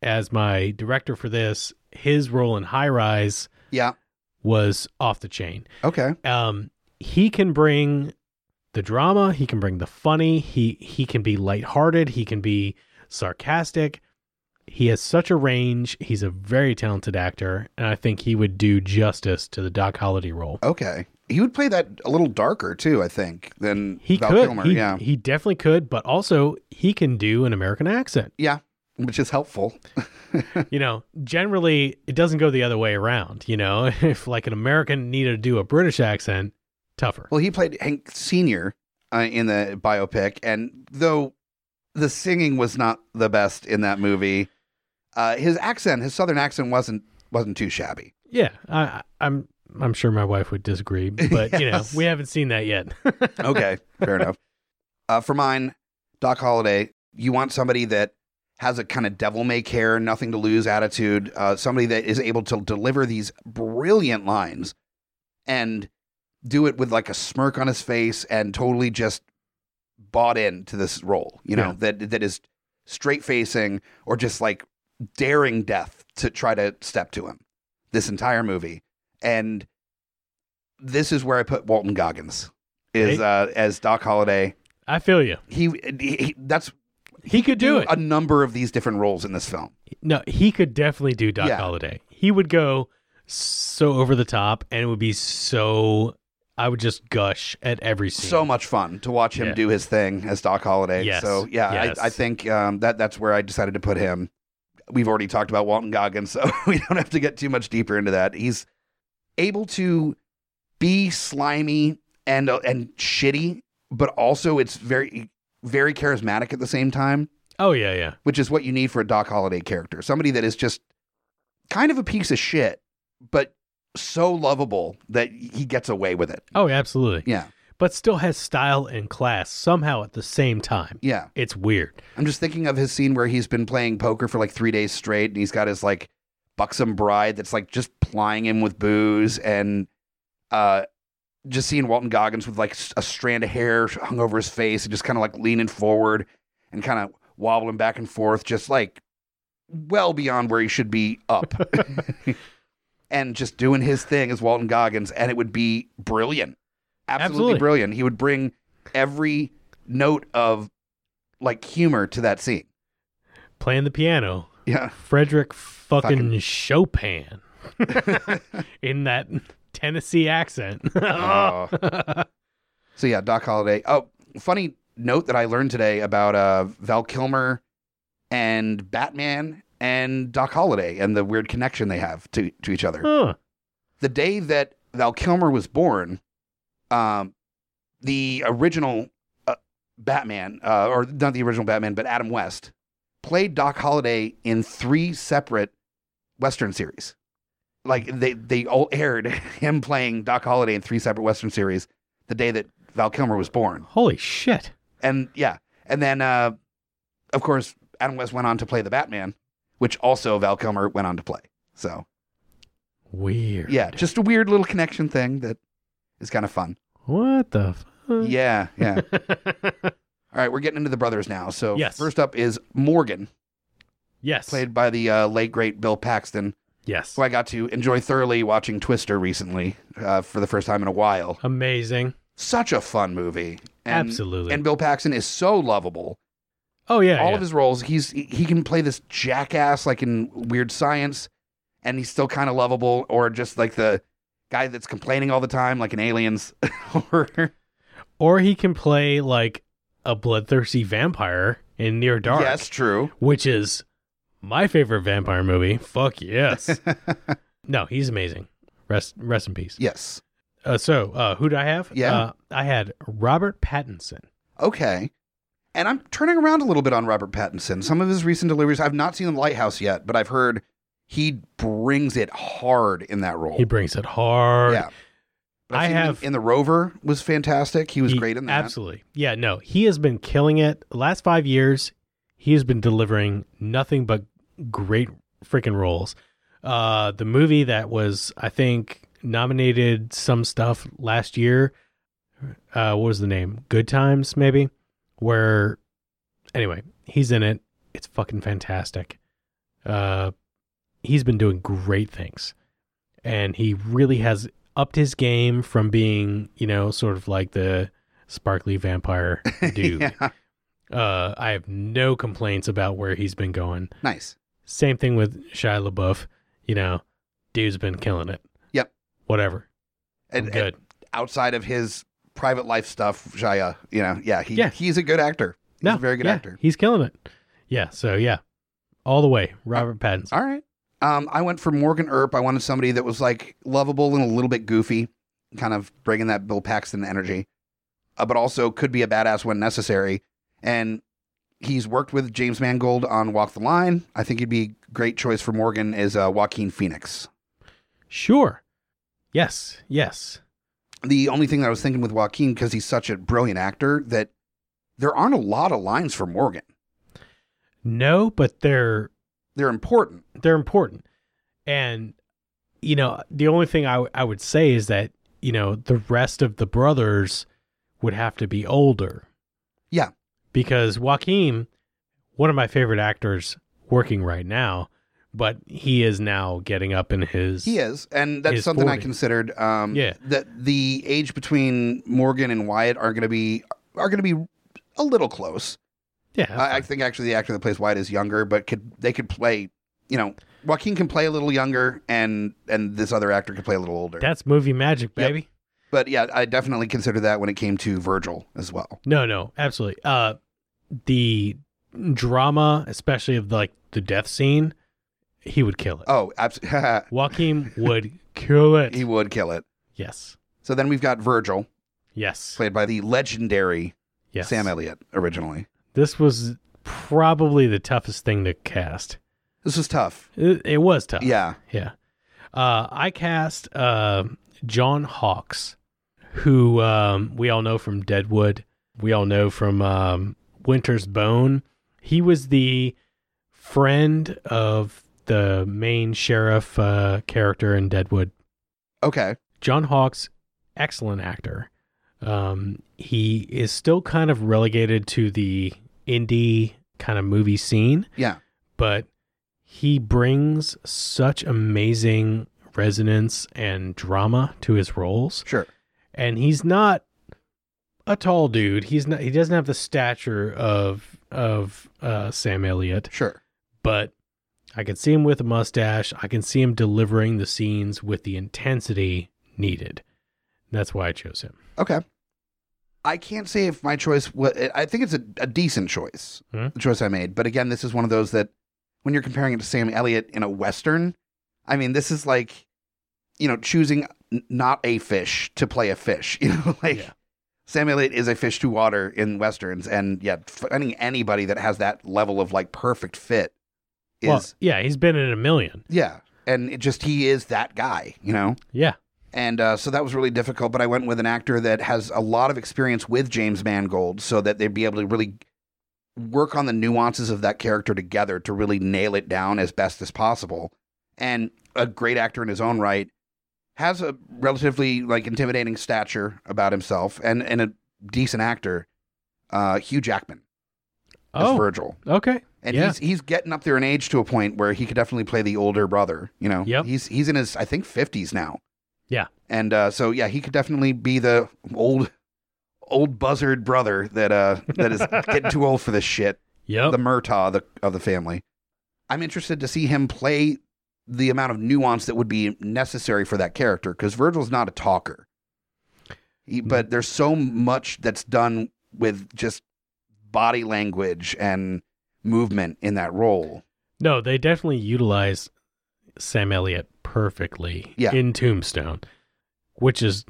[SPEAKER 3] as my director for this, his role in High Rise
[SPEAKER 2] Yeah.
[SPEAKER 3] was off the chain.
[SPEAKER 2] Okay.
[SPEAKER 3] um, he can bring the drama, he can bring the funny, he he can be lighthearted, he can be sarcastic. He has such a range. He's a very talented actor, and I think he would do justice to the Doc Holliday role.
[SPEAKER 2] Okay. He would play that a little darker too, I think, than
[SPEAKER 3] He
[SPEAKER 2] Val
[SPEAKER 3] could,
[SPEAKER 2] Kilmer.
[SPEAKER 3] he,
[SPEAKER 2] yeah.
[SPEAKER 3] he definitely could, but also he can do an
[SPEAKER 2] (laughs)
[SPEAKER 3] American accent.
[SPEAKER 2] Yeah. Which is helpful.
[SPEAKER 3] you know, generally it doesn't go the other way around. You know, (laughs) if like an American needed to do a British accent, tougher.
[SPEAKER 2] Well, he played Hank Senior uh, in the biopic, and though the singing was not the best in that movie, uh, his accent, his southern accent, wasn't wasn't too shabby.
[SPEAKER 3] Yeah, I, I- I'm I'm sure my wife would disagree, but you
[SPEAKER 2] (laughs)
[SPEAKER 3] know
[SPEAKER 2] Yes.
[SPEAKER 3] we haven't seen that yet.
[SPEAKER 2] Okay, fair enough. Uh, for mine, Doc Holliday, you want somebody that has a kind of devil may care, nothing to lose attitude, uh, somebody that is able to deliver these brilliant lines and do it with like a smirk on his face and totally just bought in to this role, you know,
[SPEAKER 3] Yeah.
[SPEAKER 2] that that is straight facing or just like daring death to try to step to him this entire movie. And this is where I put Walton Goggins is uh, as Doc Holliday.
[SPEAKER 3] I feel you.
[SPEAKER 2] He, he, he- that's
[SPEAKER 3] He could do it.
[SPEAKER 2] a number of these different roles in this film.
[SPEAKER 3] No, he could definitely do Doc
[SPEAKER 2] Yeah.
[SPEAKER 3] Holliday. He would go so over the top, and it would be so. I would just gush at every scene.
[SPEAKER 2] So much fun to watch him
[SPEAKER 3] Yeah.
[SPEAKER 2] do his thing as Doc Holliday.
[SPEAKER 3] Yes,
[SPEAKER 2] So yeah,
[SPEAKER 3] yes.
[SPEAKER 2] I, I think um, that that's where I decided to put him. We've already talked about Walton Goggins, (laughs) so we don't have to get too much deeper into that. He's able to be slimy and uh, and shitty, but also it's very very charismatic at the same time.
[SPEAKER 3] Oh yeah, yeah,
[SPEAKER 2] which is what you need for a Doc Holiday character. Somebody that is just kind of a piece of shit, but so lovable that he gets away with it.
[SPEAKER 3] oh absolutely.
[SPEAKER 2] Yeah.
[SPEAKER 3] But still has style and class somehow at the same time.
[SPEAKER 2] Yeah.
[SPEAKER 3] It's weird.
[SPEAKER 2] I'm just thinking of his scene where he's been playing poker for like three days straight and he's got his like buxom bride that's like just plying him with booze and uh just seeing Walton Goggins with like s- a strand of hair hung over his face and just kind of like leaning forward and kind of wobbling back and forth, just like well beyond where he should be up. (laughs) and just doing his thing as Walton Goggins, and it would be brilliant. Absolutely,
[SPEAKER 3] Absolutely.
[SPEAKER 2] brilliant. He would bring every note of like humor to that scene.
[SPEAKER 3] Playing the piano,
[SPEAKER 2] Yeah.
[SPEAKER 3] Frederick fucking,
[SPEAKER 2] Fucking-
[SPEAKER 3] Chopin (laughs) in that Tennessee accent.
[SPEAKER 2] (laughs)
[SPEAKER 3] (laughs)
[SPEAKER 2] Oh. So yeah, Doc Holliday. Oh, funny note that I learned today about uh, Val Kilmer and Batman and Doc Holliday and the weird connection they have to to each other.
[SPEAKER 3] Huh.
[SPEAKER 2] the day that Val Kilmer was born, um, the original uh, Batman, uh, or not the original Batman, but Adam West, played Doc Holliday in three separate Western series. Like they they all (laughs) aired him playing Doc Holliday in three separate Western series the day that Val Kilmer was born,
[SPEAKER 3] Holy shit.
[SPEAKER 2] and yeah, and then uh, of course Adam West went on to play the Batman, which also Val Kilmer went on to play. So
[SPEAKER 3] Weird.
[SPEAKER 2] yeah, just a weird little connection thing that is kind of fun.
[SPEAKER 3] What the fuck?
[SPEAKER 2] Yeah, yeah. All right, we're getting into the brothers now. So
[SPEAKER 3] Yes.
[SPEAKER 2] first up is Morgan,
[SPEAKER 3] (laughs) yes.
[SPEAKER 2] played by the uh, late great Bill Paxton,
[SPEAKER 3] Yes.
[SPEAKER 2] who I got to enjoy thoroughly watching Twister recently uh, for the first time in a while.
[SPEAKER 3] Amazing.
[SPEAKER 2] Such a fun movie. And,
[SPEAKER 3] Absolutely.
[SPEAKER 2] And Bill Paxton is so lovable.
[SPEAKER 3] oh yeah.
[SPEAKER 2] all
[SPEAKER 3] yeah.
[SPEAKER 2] of his roles he's he he can play this jackass like in weird science and he's still kind of lovable or just like the guy that's complaining all the time like in aliens (laughs) or
[SPEAKER 3] or he can play like a bloodthirsty vampire in Near Dark.
[SPEAKER 2] true
[SPEAKER 3] Which is my favorite vampire movie.
[SPEAKER 2] (laughs)
[SPEAKER 3] Fuck yes. no, he's amazing. Rest rest in peace.
[SPEAKER 2] yes
[SPEAKER 3] Uh, so, uh, who did I have?
[SPEAKER 2] Yeah.
[SPEAKER 3] Uh, I had Robert Pattinson.
[SPEAKER 2] okay and i'm turning around a little bit on robert pattinson some of his recent deliveries i've not seen the lighthouse yet but i've heard he brings it hard in that role
[SPEAKER 3] He brings it hard.
[SPEAKER 2] yeah But I've
[SPEAKER 3] I
[SPEAKER 2] seen him
[SPEAKER 3] have-
[SPEAKER 2] in the rover was fantastic he was
[SPEAKER 3] He-
[SPEAKER 2] great in that
[SPEAKER 3] Absolutely. Yeah, no. He has been killing it. The last five years, he has been delivering nothing but great freaking roles. Uh, the movie that was, I think, nominated some stuff last year. Uh, what was the name? Good Times, maybe? Where, anyway, he's in it. It's fucking fantastic. Uh, he's been doing great things. And he really has upped his game from being, you know, sort of like the
[SPEAKER 2] (laughs)
[SPEAKER 3] sparkly vampire dude.
[SPEAKER 2] yeah
[SPEAKER 3] uh, I have no complaints about where he's been going.
[SPEAKER 2] nice
[SPEAKER 3] Same thing with Shia LaBeouf. You know, dude's been killing it.
[SPEAKER 2] Yep.
[SPEAKER 3] Whatever.
[SPEAKER 2] and,
[SPEAKER 3] I'm
[SPEAKER 2] and-
[SPEAKER 3] good.
[SPEAKER 2] outside of his private life stuff, Shia, you know, yeah, he,
[SPEAKER 3] Yeah.
[SPEAKER 2] he's a good actor. He's
[SPEAKER 3] no,
[SPEAKER 2] a very good
[SPEAKER 3] yeah,
[SPEAKER 2] actor.
[SPEAKER 3] He's killing it. Yeah. So yeah, all the way, Robert Pattinson.
[SPEAKER 2] All right. Um, I went for Morgan Earp. I wanted somebody that was like lovable and a little bit goofy, kind of bringing that Bill Paxton energy, uh, but also could be a badass when necessary. And he's worked with James Mangold on Walk the Line. I think he'd be a great choice for Morgan is uh, Joaquin Phoenix.
[SPEAKER 3] Sure. Yes. Yes.
[SPEAKER 2] the only thing that I was thinking with Joaquin because he's such a brilliant actor that there aren't a lot of lines for Morgan.
[SPEAKER 3] No, but they're
[SPEAKER 2] They're important.
[SPEAKER 3] they're important. And you know, the only thing I w- I would say is that you know the rest of the brothers would have to be older.
[SPEAKER 2] Yeah.
[SPEAKER 3] because Joaquin, one of my favorite actors working right now, but he is now getting up in his.
[SPEAKER 2] He is, and that's
[SPEAKER 3] He's
[SPEAKER 2] something I
[SPEAKER 3] 40.
[SPEAKER 2] considered. Um,
[SPEAKER 3] Yeah.
[SPEAKER 2] that the age between Morgan and Wyatt are going to be are going to be a little close.
[SPEAKER 3] Yeah, that's
[SPEAKER 2] I, I
[SPEAKER 3] fine.
[SPEAKER 2] think actually the actor that plays Wyatt is younger, but could they could play. You know, Joaquin can play a little younger, and and this other actor could play a little older.
[SPEAKER 3] that's movie magic, baby.
[SPEAKER 2] but yeah, I definitely considered that when it came to Virgil as well.
[SPEAKER 3] No, no, absolutely. Uh, the drama, especially of like the death scene, he would kill it.
[SPEAKER 2] Oh, (laughs) absolutely,
[SPEAKER 3] Joaquin would kill it.
[SPEAKER 2] he would kill it.
[SPEAKER 3] yes,
[SPEAKER 2] So then we've got Virgil,
[SPEAKER 3] yes,
[SPEAKER 2] played by the legendary
[SPEAKER 3] yes.
[SPEAKER 2] Sam Elliott originally.
[SPEAKER 3] This was probably the toughest thing to cast.
[SPEAKER 2] This was tough.
[SPEAKER 3] It, it was tough.
[SPEAKER 2] Yeah.
[SPEAKER 3] Yeah. Uh, I cast uh, John Hawks, who um, we all know from Deadwood. We all know from um, Winter's Bone. He was the friend of the main sheriff uh, character in Deadwood.
[SPEAKER 2] Okay.
[SPEAKER 3] John Hawks, excellent actor. Um, he is still kind of relegated to the indie kind of movie scene
[SPEAKER 2] Yeah.
[SPEAKER 3] but he brings such amazing resonance and drama to his roles
[SPEAKER 2] Sure.
[SPEAKER 3] and he's not a tall dude he's not he doesn't have the stature of of uh, sam elliott
[SPEAKER 2] Sure.
[SPEAKER 3] but i can see him with a mustache i can see him delivering the scenes with the intensity needed that's why i chose him
[SPEAKER 2] Okay. I can't say if my choice was, I think it's a, a decent choice,
[SPEAKER 3] Mhm.
[SPEAKER 2] the choice I made. But again, this is one of those that when you're comparing it to Sam Elliott in a Western, I mean, this is like, you know, choosing n- not a fish to play a fish. (laughs) You know, like
[SPEAKER 3] Yeah.
[SPEAKER 2] Sam Elliott is a fish to water in Westerns. And yeah, finding anybody that has that level of like perfect fit is.
[SPEAKER 3] well yeah he's been in a million
[SPEAKER 2] Yeah. And it just, he is that guy, you know?
[SPEAKER 3] yeah
[SPEAKER 2] And uh, so that was really difficult, but I went with an actor that has a lot of experience with James Mangold so that they'd be able to really work on the nuances of that character together to really nail it down as best as possible. And a great actor in his own right has a relatively like intimidating stature about himself and, and a decent actor, uh, Hugh Jackman as
[SPEAKER 3] Oh,
[SPEAKER 2] Virgil.
[SPEAKER 3] okay.
[SPEAKER 2] And
[SPEAKER 3] yeah.
[SPEAKER 2] he's he's getting up there in age to a point where he could definitely play the older brother. You know,
[SPEAKER 3] Yep.
[SPEAKER 2] he's he's in his I think fifties now.
[SPEAKER 3] Yeah.
[SPEAKER 2] and uh, so yeah, he could definitely be the old old buzzard brother that uh that is getting too old for this shit.
[SPEAKER 3] Yep.
[SPEAKER 2] The Murtaugh of the, of the family. I'm interested to see him play the amount of nuance that would be necessary for that character because Virgil's not a talker. He, but there's so much that's done with just body language and movement in that role.
[SPEAKER 3] No, they definitely utilize Sam Elliott perfectly
[SPEAKER 2] Yeah.
[SPEAKER 3] in Tombstone, which is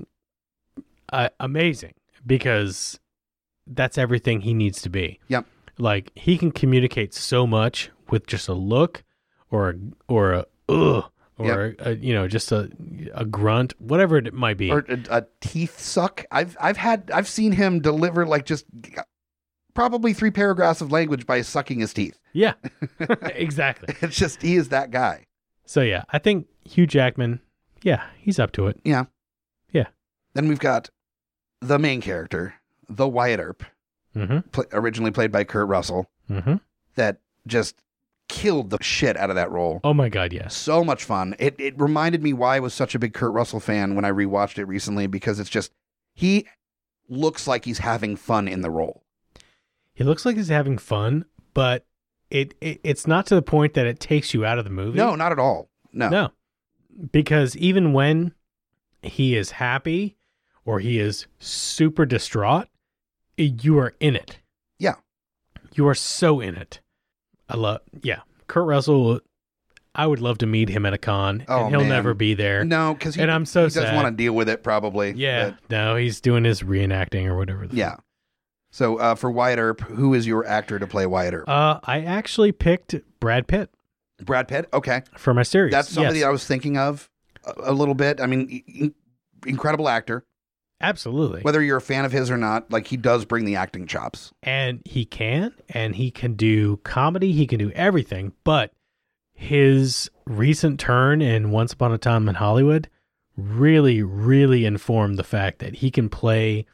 [SPEAKER 3] uh, amazing because that's everything he needs to be.
[SPEAKER 2] Yep.
[SPEAKER 3] Like he can communicate so much with just a look or a, or a ugh or a, you know just a a grunt, whatever it might be.
[SPEAKER 2] Or a, a teeth suck. I've I've had I've seen him deliver like just probably three paragraphs of language by sucking his teeth.
[SPEAKER 3] (laughs)
[SPEAKER 2] (laughs)
[SPEAKER 3] yeah. (laughs) exactly.
[SPEAKER 2] It's just he is that guy.
[SPEAKER 3] So yeah, I think Hugh Jackman, yeah, he's up to it.
[SPEAKER 2] Then we've got the main character, the Wyatt Earp,
[SPEAKER 3] Mhm.
[SPEAKER 2] pl- originally played by Kurt Russell,
[SPEAKER 3] Mhm.
[SPEAKER 2] that just killed the shit out of that role.
[SPEAKER 3] Oh my god, yes.
[SPEAKER 2] So much fun. It it reminded me why I was such a big Kurt Russell fan when I rewatched it recently because it's just he looks like he's having fun in the role.
[SPEAKER 3] He looks like he's having fun, but it, it it's not to the point that it takes you out of the movie.
[SPEAKER 2] No, not at all. No.
[SPEAKER 3] no, because even when he is happy or he is super distraught, i- you are in it.
[SPEAKER 2] Yeah.
[SPEAKER 3] you are so in it. I love. Yeah, Kurt Russell. I would love to meet him at a con,
[SPEAKER 2] Oh,
[SPEAKER 3] and he'll
[SPEAKER 2] man.
[SPEAKER 3] never be there.
[SPEAKER 2] No, because he,
[SPEAKER 3] And I'm so
[SPEAKER 2] he doesn't
[SPEAKER 3] sad.
[SPEAKER 2] want to deal with it probably.
[SPEAKER 3] yeah, no, he's doing his reenacting or whatever.
[SPEAKER 2] but-
[SPEAKER 3] the
[SPEAKER 2] yeah. So uh, for Wyatt Earp, who is your actor to play Wyatt Earp?
[SPEAKER 3] Uh, I actually picked Brad Pitt
[SPEAKER 2] Brad Pitt. Okay,
[SPEAKER 3] for my series.
[SPEAKER 2] that's somebody
[SPEAKER 3] Yes.
[SPEAKER 2] I was thinking of a, a little bit. I mean, in- incredible actor.
[SPEAKER 3] absolutely.
[SPEAKER 2] Whether you're a fan of his or not, like he does bring the acting chops.
[SPEAKER 3] and he can and he can do comedy he can do everything but his recent turn in once upon a time in hollywood really really informed the fact that he can play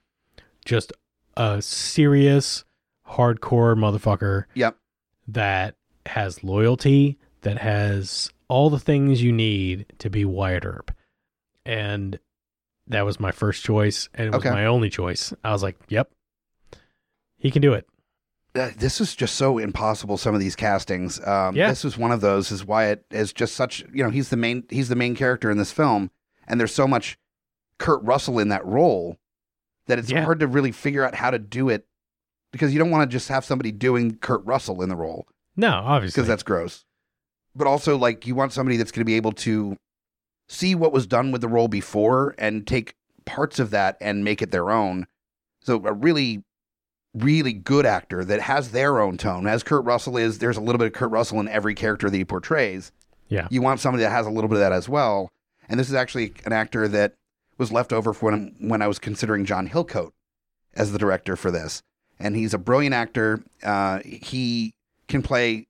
[SPEAKER 3] just a serious hardcore motherfucker
[SPEAKER 2] Yep.
[SPEAKER 3] that has loyalty that has all the things you need to be Wyatt Earp and that was my first choice and it was
[SPEAKER 2] Okay.
[SPEAKER 3] my only choice i was like yep he can do it
[SPEAKER 2] Uh, This is just so impossible. Some of these castings. Um,
[SPEAKER 3] Yeah.
[SPEAKER 2] This is one of those. Is Wyatt is just such. You know, he's the main. He's the main character in this film, and there's so much Kurt Russell in that role that it's
[SPEAKER 3] Yeah.
[SPEAKER 2] hard to really figure out how to do it because you don't want to just have somebody doing Kurt Russell in the role
[SPEAKER 3] No, obviously.
[SPEAKER 2] because that's gross. But also, like, you want somebody that's going to be able to see what was done with the role before and take parts of that and make it their own. So, a really, really good actor that has their own tone, as Kurt Russell is, there's a little bit of Kurt Russell in every character that he portrays.
[SPEAKER 3] Yeah.
[SPEAKER 2] You want somebody that has a little bit of that as well. And this is actually an actor that was left over for when, when I was considering John Hillcoat as the director for this. And he's a brilliant actor. Uh, he can play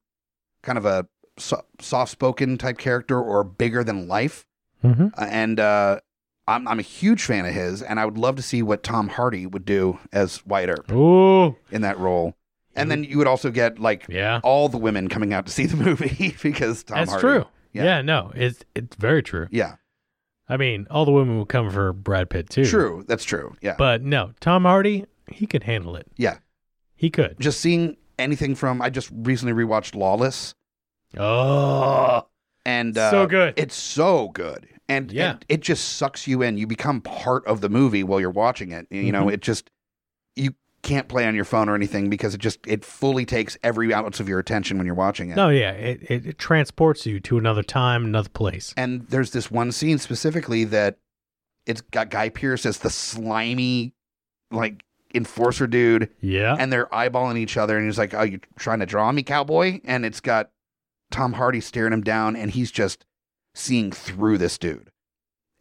[SPEAKER 2] kind of a so- soft-spoken type character or bigger than life.
[SPEAKER 3] Mhm.
[SPEAKER 2] Uh, and uh, I'm, I'm a huge fan of his, and I would love to see what Tom Hardy would do as Wyatt Earp
[SPEAKER 3] Ooh,
[SPEAKER 2] in that role.
[SPEAKER 3] Mm-hmm.
[SPEAKER 2] And then you would also get like
[SPEAKER 3] yeah,
[SPEAKER 2] all the women coming out to see the (laughs) movie because Tom
[SPEAKER 3] that's
[SPEAKER 2] Hardy.
[SPEAKER 3] true.
[SPEAKER 2] Yeah.
[SPEAKER 3] Yeah. no, it's it's very true.
[SPEAKER 2] Yeah,
[SPEAKER 3] I mean, all the women would come for Brad Pitt too.
[SPEAKER 2] true. That's true. Yeah,
[SPEAKER 3] but no, Tom Hardy, he could handle it.
[SPEAKER 2] yeah.
[SPEAKER 3] He could.
[SPEAKER 2] Just seeing anything from I just recently rewatched Lawless,
[SPEAKER 3] Oh,
[SPEAKER 2] and uh,
[SPEAKER 3] So good.
[SPEAKER 2] It's so good, and
[SPEAKER 3] Yeah.
[SPEAKER 2] and it just sucks you in. You become part of the movie while you're watching it. You
[SPEAKER 3] Mm-hmm.
[SPEAKER 2] know, it just you can't play on your phone or anything because it just it fully takes every ounce of your attention when you're watching it.
[SPEAKER 3] no, yeah, it, it it transports you to another time, another place.
[SPEAKER 2] And there's this one scene specifically that it's got Guy Pierce as the slimy, like enforcer dude,
[SPEAKER 3] Yeah,
[SPEAKER 2] and they're eyeballing each other, and he's like, "Oh, you trying to draw me, cowboy?" And it's got Tom Hardy staring him down, and he's just seeing through this dude.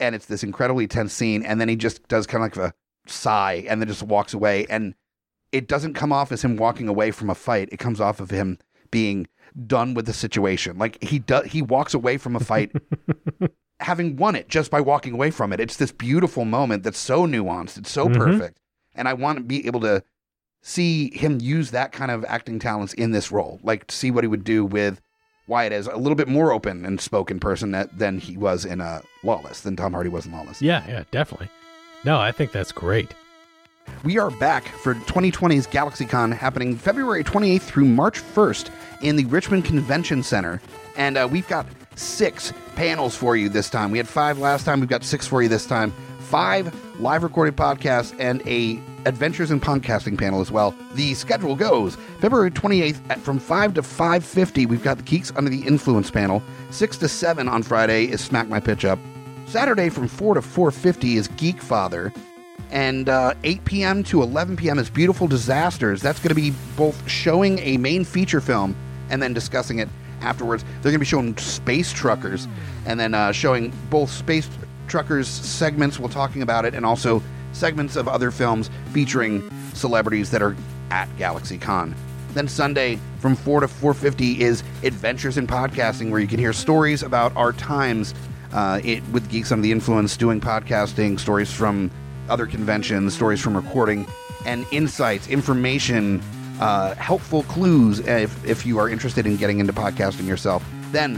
[SPEAKER 2] And it's this incredibly tense scene, and then he just does kind of like a sigh, and then just walks away, and it doesn't come off as him walking away from a fight. It comes off of him being done with the situation. Like he does, he walks away from a fight having won it just by walking away from it. It's this beautiful moment that's so nuanced. It's so
[SPEAKER 3] Mhm.
[SPEAKER 2] perfect, and I want to be able to see him use that kind of acting talents in this role. Like to see what he would do with Wyatt as a little bit more open and spoken person that, than he was in uh, Lawless than Tom Hardy was in Lawless.
[SPEAKER 3] Yeah, yeah, definitely. No, I think that's great.
[SPEAKER 2] We are back for 2020's GalaxyCon happening February 28th through March 1st in the Richmond Convention Center. And uh, we've got six panels for you this time. We had five last time. We've got six for you this time. Five live recorded podcasts and a adventures in podcasting panel as well. The schedule goes February 28th at from 5 to 5.50. We've got the Geeks Under the Influence panel. 6 to 7 on Friday is Smack My Pitch Up. Saturday from 4 to 4.50 is Geek Father and uh, 8 p.m. to 11 p.m. is Beautiful Disasters. That's going to be both showing a main feature film and then discussing it afterwards. They're going to be showing Space Truckers and then uh, showing both Space Truckers segments while talking about it and also segments of other films featuring celebrities that are at GalaxyCon. Then Sunday from 4 to 4.50 is Adventures in Podcasting, where you can hear stories about our times uh, it, with Geeks Under the Influence, doing podcasting, stories from other conventions, stories from recording, and insights, information, uh, helpful clues uh, if, if you are interested in getting into podcasting yourself. Then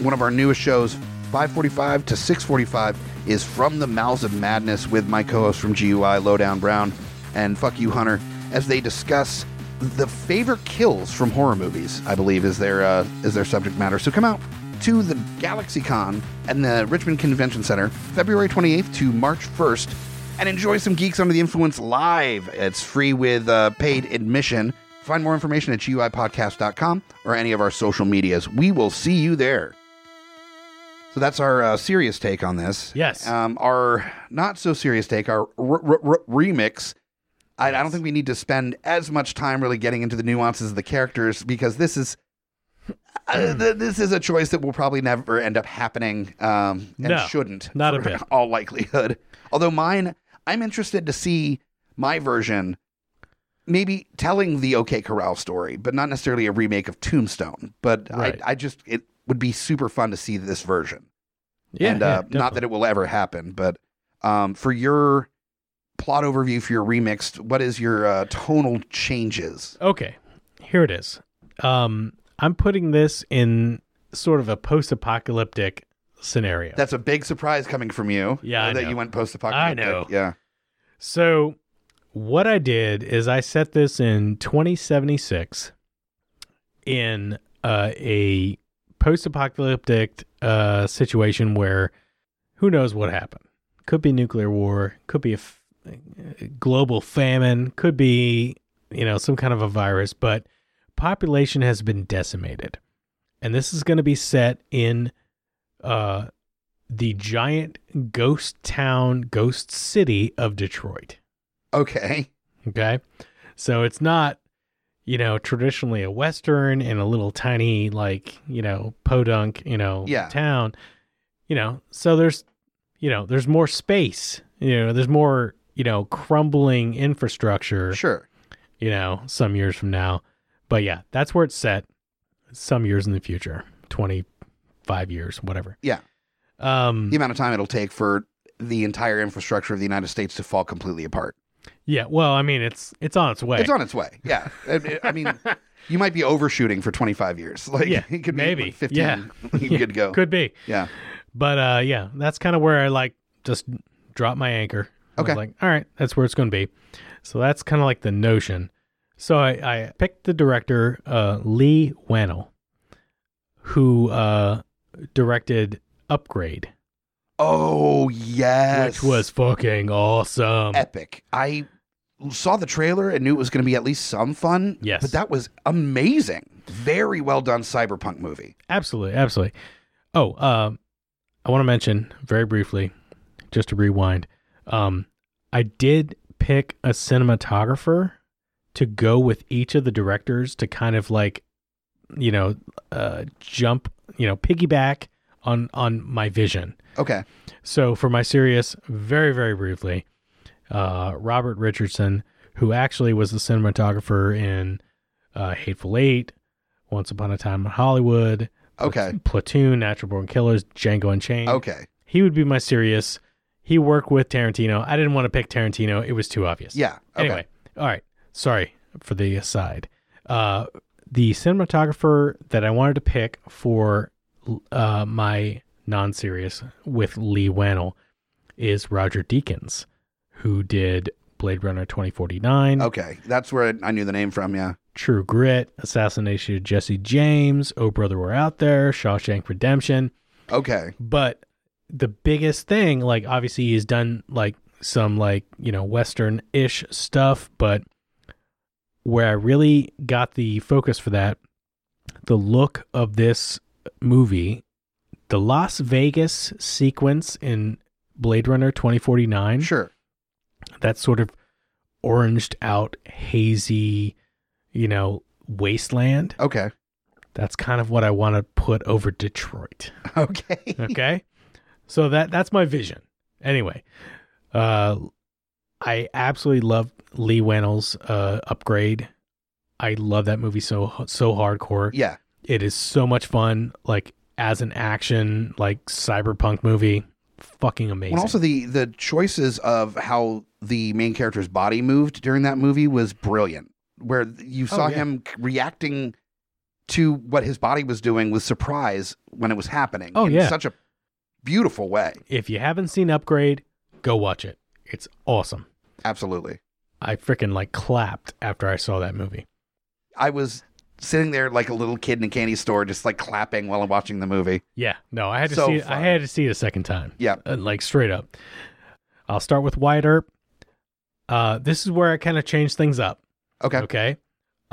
[SPEAKER 2] one of our newest shows, 545 to 645, is From the Mouths of Madness with my co-host from GUI, Lowdown Brown, and Fuck You Hunter, as they discuss the favorite kills from horror movies, I believe, is their, uh, is their subject matter. So come out to the GalaxyCon and the Richmond Convention Center, February 28th to March 1st, and enjoy some Geeks Under the Influence live. It's free with uh, paid admission. Find more information at GUIpodcast.com or any of our social medias. We will see you there. So that's our uh, serious take on this.
[SPEAKER 3] Yes.
[SPEAKER 2] Um, our not so serious take, our r- r- r- remix. I, I don't think we need to spend as much time really getting into the nuances of the characters because this is
[SPEAKER 3] Hmm.
[SPEAKER 2] uh, th- this is a choice that will probably never end up happening um, and
[SPEAKER 3] No,
[SPEAKER 2] shouldn't.
[SPEAKER 3] not a
[SPEAKER 2] for
[SPEAKER 3] bit.
[SPEAKER 2] (laughs) All likelihood. Although mine, I'm interested to see my version maybe telling the OK Corral story, but not necessarily a remake of Tombstone. But
[SPEAKER 3] Right.
[SPEAKER 2] I, I just, it would be super fun to see this version.
[SPEAKER 3] Yeah,
[SPEAKER 2] and uh, not that it will ever happen, but um, for your plot overview for your remixed, what is your uh, tonal changes?
[SPEAKER 3] Okay, here it is. Um, I'm putting this in sort of a post-apocalyptic scenario.
[SPEAKER 2] That's a big surprise coming from you.
[SPEAKER 3] Yeah, I
[SPEAKER 2] that
[SPEAKER 3] know.
[SPEAKER 2] you went post-apocalyptic.
[SPEAKER 3] I know.
[SPEAKER 2] Yeah,
[SPEAKER 3] So, what I did is I set this in 2076 in uh, a post apocalyptic uh, situation where who knows what happened. Could be nuclear war, could be a f- a global famine, could be, you know, some kind of a virus, but population has been decimated. And this is going to be set in uh, the giant ghost town, ghost city of Detroit.
[SPEAKER 2] Okay.
[SPEAKER 3] Okay. So it's not, you know, traditionally a Western in a little tiny, like, you know, podunk, you know,
[SPEAKER 2] Yeah.
[SPEAKER 3] town. You know, so there's, you know, there's more space, you know, there's more, you know, crumbling infrastructure,
[SPEAKER 2] Sure.
[SPEAKER 3] you know, some years from now. But yeah, that's where it's set some years in the future, 25 years, whatever.
[SPEAKER 2] Yeah.
[SPEAKER 3] Um,
[SPEAKER 2] The amount of time it'll take for the entire infrastructure of the United States to fall completely apart.
[SPEAKER 3] yeah. Well, I mean, it's, it's on its way.
[SPEAKER 2] It's on its way. Yeah. I, I
[SPEAKER 3] (laughs)
[SPEAKER 2] mean, you might be overshooting for 25 years. Like,
[SPEAKER 3] Yeah,
[SPEAKER 2] (laughs) it could be
[SPEAKER 3] maybe.
[SPEAKER 2] like 15.
[SPEAKER 3] (laughs) Yeah.
[SPEAKER 2] (laughs) You could go.
[SPEAKER 3] Could be.
[SPEAKER 2] Yeah.
[SPEAKER 3] But uh, yeah, that's kind of where I like just drop my anchor. I was
[SPEAKER 2] Okay.
[SPEAKER 3] like, all right, that's where it's going to be. So that's kind of like the notion. So I, I picked the director, uh, Lee Wannell, who uh, directed Upgrade,
[SPEAKER 2] Oh, yes.
[SPEAKER 3] which was fucking awesome.
[SPEAKER 2] epic. I saw the trailer and knew it was going to be at least some fun.
[SPEAKER 3] Yes.
[SPEAKER 2] But that was amazing. Very well done cyberpunk movie.
[SPEAKER 3] Absolutely, absolutely. Oh, um, I want to mention very briefly, just to rewind. Um, I did pick a cinematographer to go with each of the directors to kind of like, you know, uh, jump, you know, piggyback on on my vision.
[SPEAKER 2] Okay.
[SPEAKER 3] So for my serious, very very briefly, uh, Robert Richardson, who actually was the cinematographer in uh, Hateful Eight, Once Upon a Time in Hollywood,
[SPEAKER 2] Okay.
[SPEAKER 3] (laughs) Platoon, Natural Born Killers, Django Unchained.
[SPEAKER 2] Okay.
[SPEAKER 3] He would be my serious. He worked with Tarantino. I didn't want to pick Tarantino. It was too obvious.
[SPEAKER 2] Yeah. Okay.
[SPEAKER 3] Anyway, all right. Sorry for the aside. Uh, the cinematographer that I wanted to pick for uh, my non serious with Lee Wannell is Roger Deakins, who did Blade Runner 2049,
[SPEAKER 2] Okay. That's where I knew the name from. Yeah.
[SPEAKER 3] True Grit, Assassination of Jesse James, Oh Brother We're Out There, Shawshank Redemption.
[SPEAKER 2] Okay.
[SPEAKER 3] But the biggest thing, like obviously he's done like some like, you know, western ish stuff, but where I really got the focus for that, the look of this movie, the Las Vegas sequence in Blade Runner 2049,
[SPEAKER 2] Sure.
[SPEAKER 3] that sort of oranged out, hazy, you know, wasteland.
[SPEAKER 2] Okay. (laughs)
[SPEAKER 3] That's kind of what I want to put over Detroit
[SPEAKER 2] Okay.
[SPEAKER 3] okay so that that's my vision anyway uh i absolutely love lee wannell's uh upgrade i love that movie so so hardcore
[SPEAKER 2] yeah.
[SPEAKER 3] it is so much fun like as an action like cyberpunk movie fucking amazing
[SPEAKER 2] Well, also the the choices of how the main character's body moved during that movie was brilliant. Where you saw
[SPEAKER 3] Oh, yeah.
[SPEAKER 2] him reacting to what his body was doing with surprise when it was happening.
[SPEAKER 3] Oh,
[SPEAKER 2] in
[SPEAKER 3] yeah.
[SPEAKER 2] such a beautiful way.
[SPEAKER 3] if you haven't seen upgrade go watch it it's awesome
[SPEAKER 2] Absolutely.
[SPEAKER 3] i freaking like clapped after i saw that movie
[SPEAKER 2] I was sitting there like a little kid in a candy store, just like clapping while I'm watching the movie.
[SPEAKER 3] Yeah, no, I had to
[SPEAKER 2] So
[SPEAKER 3] see. I
[SPEAKER 2] fun.
[SPEAKER 3] had to see it a second time.
[SPEAKER 2] Yeah.
[SPEAKER 3] Uh, like straight up. I'll start with Wyatt Earp. Uh, this is where I kind of changed things up.
[SPEAKER 2] Okay.
[SPEAKER 3] Okay,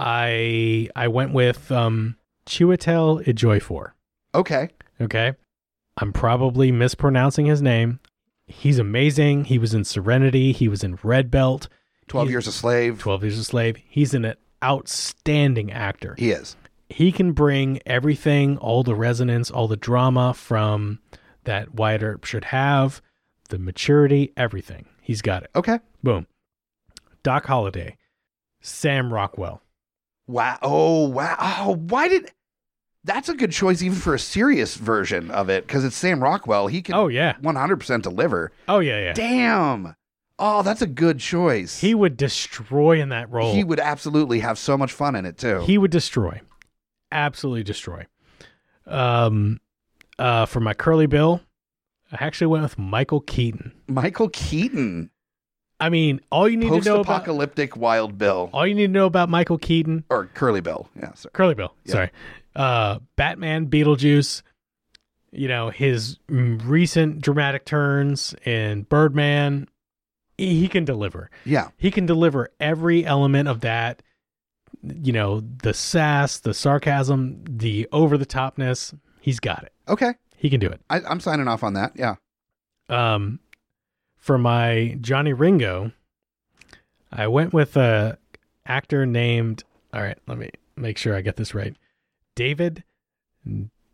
[SPEAKER 3] I I went with um, Chiwetel Ejiofor.
[SPEAKER 2] Okay.
[SPEAKER 3] Okay, I'm probably mispronouncing his name. He's amazing. He was in Serenity. He was in Red Belt.
[SPEAKER 2] 12
[SPEAKER 3] He's-
[SPEAKER 2] years a slave.
[SPEAKER 3] Twelve Years a Slave. He's an outstanding actor
[SPEAKER 2] He is.
[SPEAKER 3] he can bring everything, all the resonance, all the drama from that Wyatt Earp should have, the maturity, everything. He's got it.
[SPEAKER 2] Okay.
[SPEAKER 3] Boom. Doc Holliday, Sam Rockwell.
[SPEAKER 2] Wow. Oh, wow. Oh, why did. That's a good choice even for a serious version of it because it's Sam Rockwell. He can
[SPEAKER 3] Oh yeah.
[SPEAKER 2] 100% deliver.
[SPEAKER 3] Oh yeah, yeah.
[SPEAKER 2] Damn. Oh, that's a good choice.
[SPEAKER 3] He would destroy in that role.
[SPEAKER 2] He would absolutely have so much fun in it too.
[SPEAKER 3] He would destroy. Absolutely destroy. Um uh for my curly bill, I actually went with Michael Keaton.
[SPEAKER 2] Michael Keaton,
[SPEAKER 3] I mean, all you need to know about Oh.
[SPEAKER 2] post-apocalyptic Wild Bill
[SPEAKER 3] all you need to know about Michael Keaton
[SPEAKER 2] or Curly Bill. Yeah, sorry.
[SPEAKER 3] Curly Bill.
[SPEAKER 2] Yeah.
[SPEAKER 3] Sorry. Uh, Batman, Beetlejuice. You know his mm, recent dramatic turns in Birdman. He he can deliver.
[SPEAKER 2] Yeah,
[SPEAKER 3] He can deliver every element of that. You know the sass, the sarcasm, the over the topness. He's got it.
[SPEAKER 2] okay.
[SPEAKER 3] He can do it.
[SPEAKER 2] I, I'm signing off on that. Yeah.
[SPEAKER 3] Um, for my Johnny Ringo, I went with a actor named. All right, let me make sure I get this right. David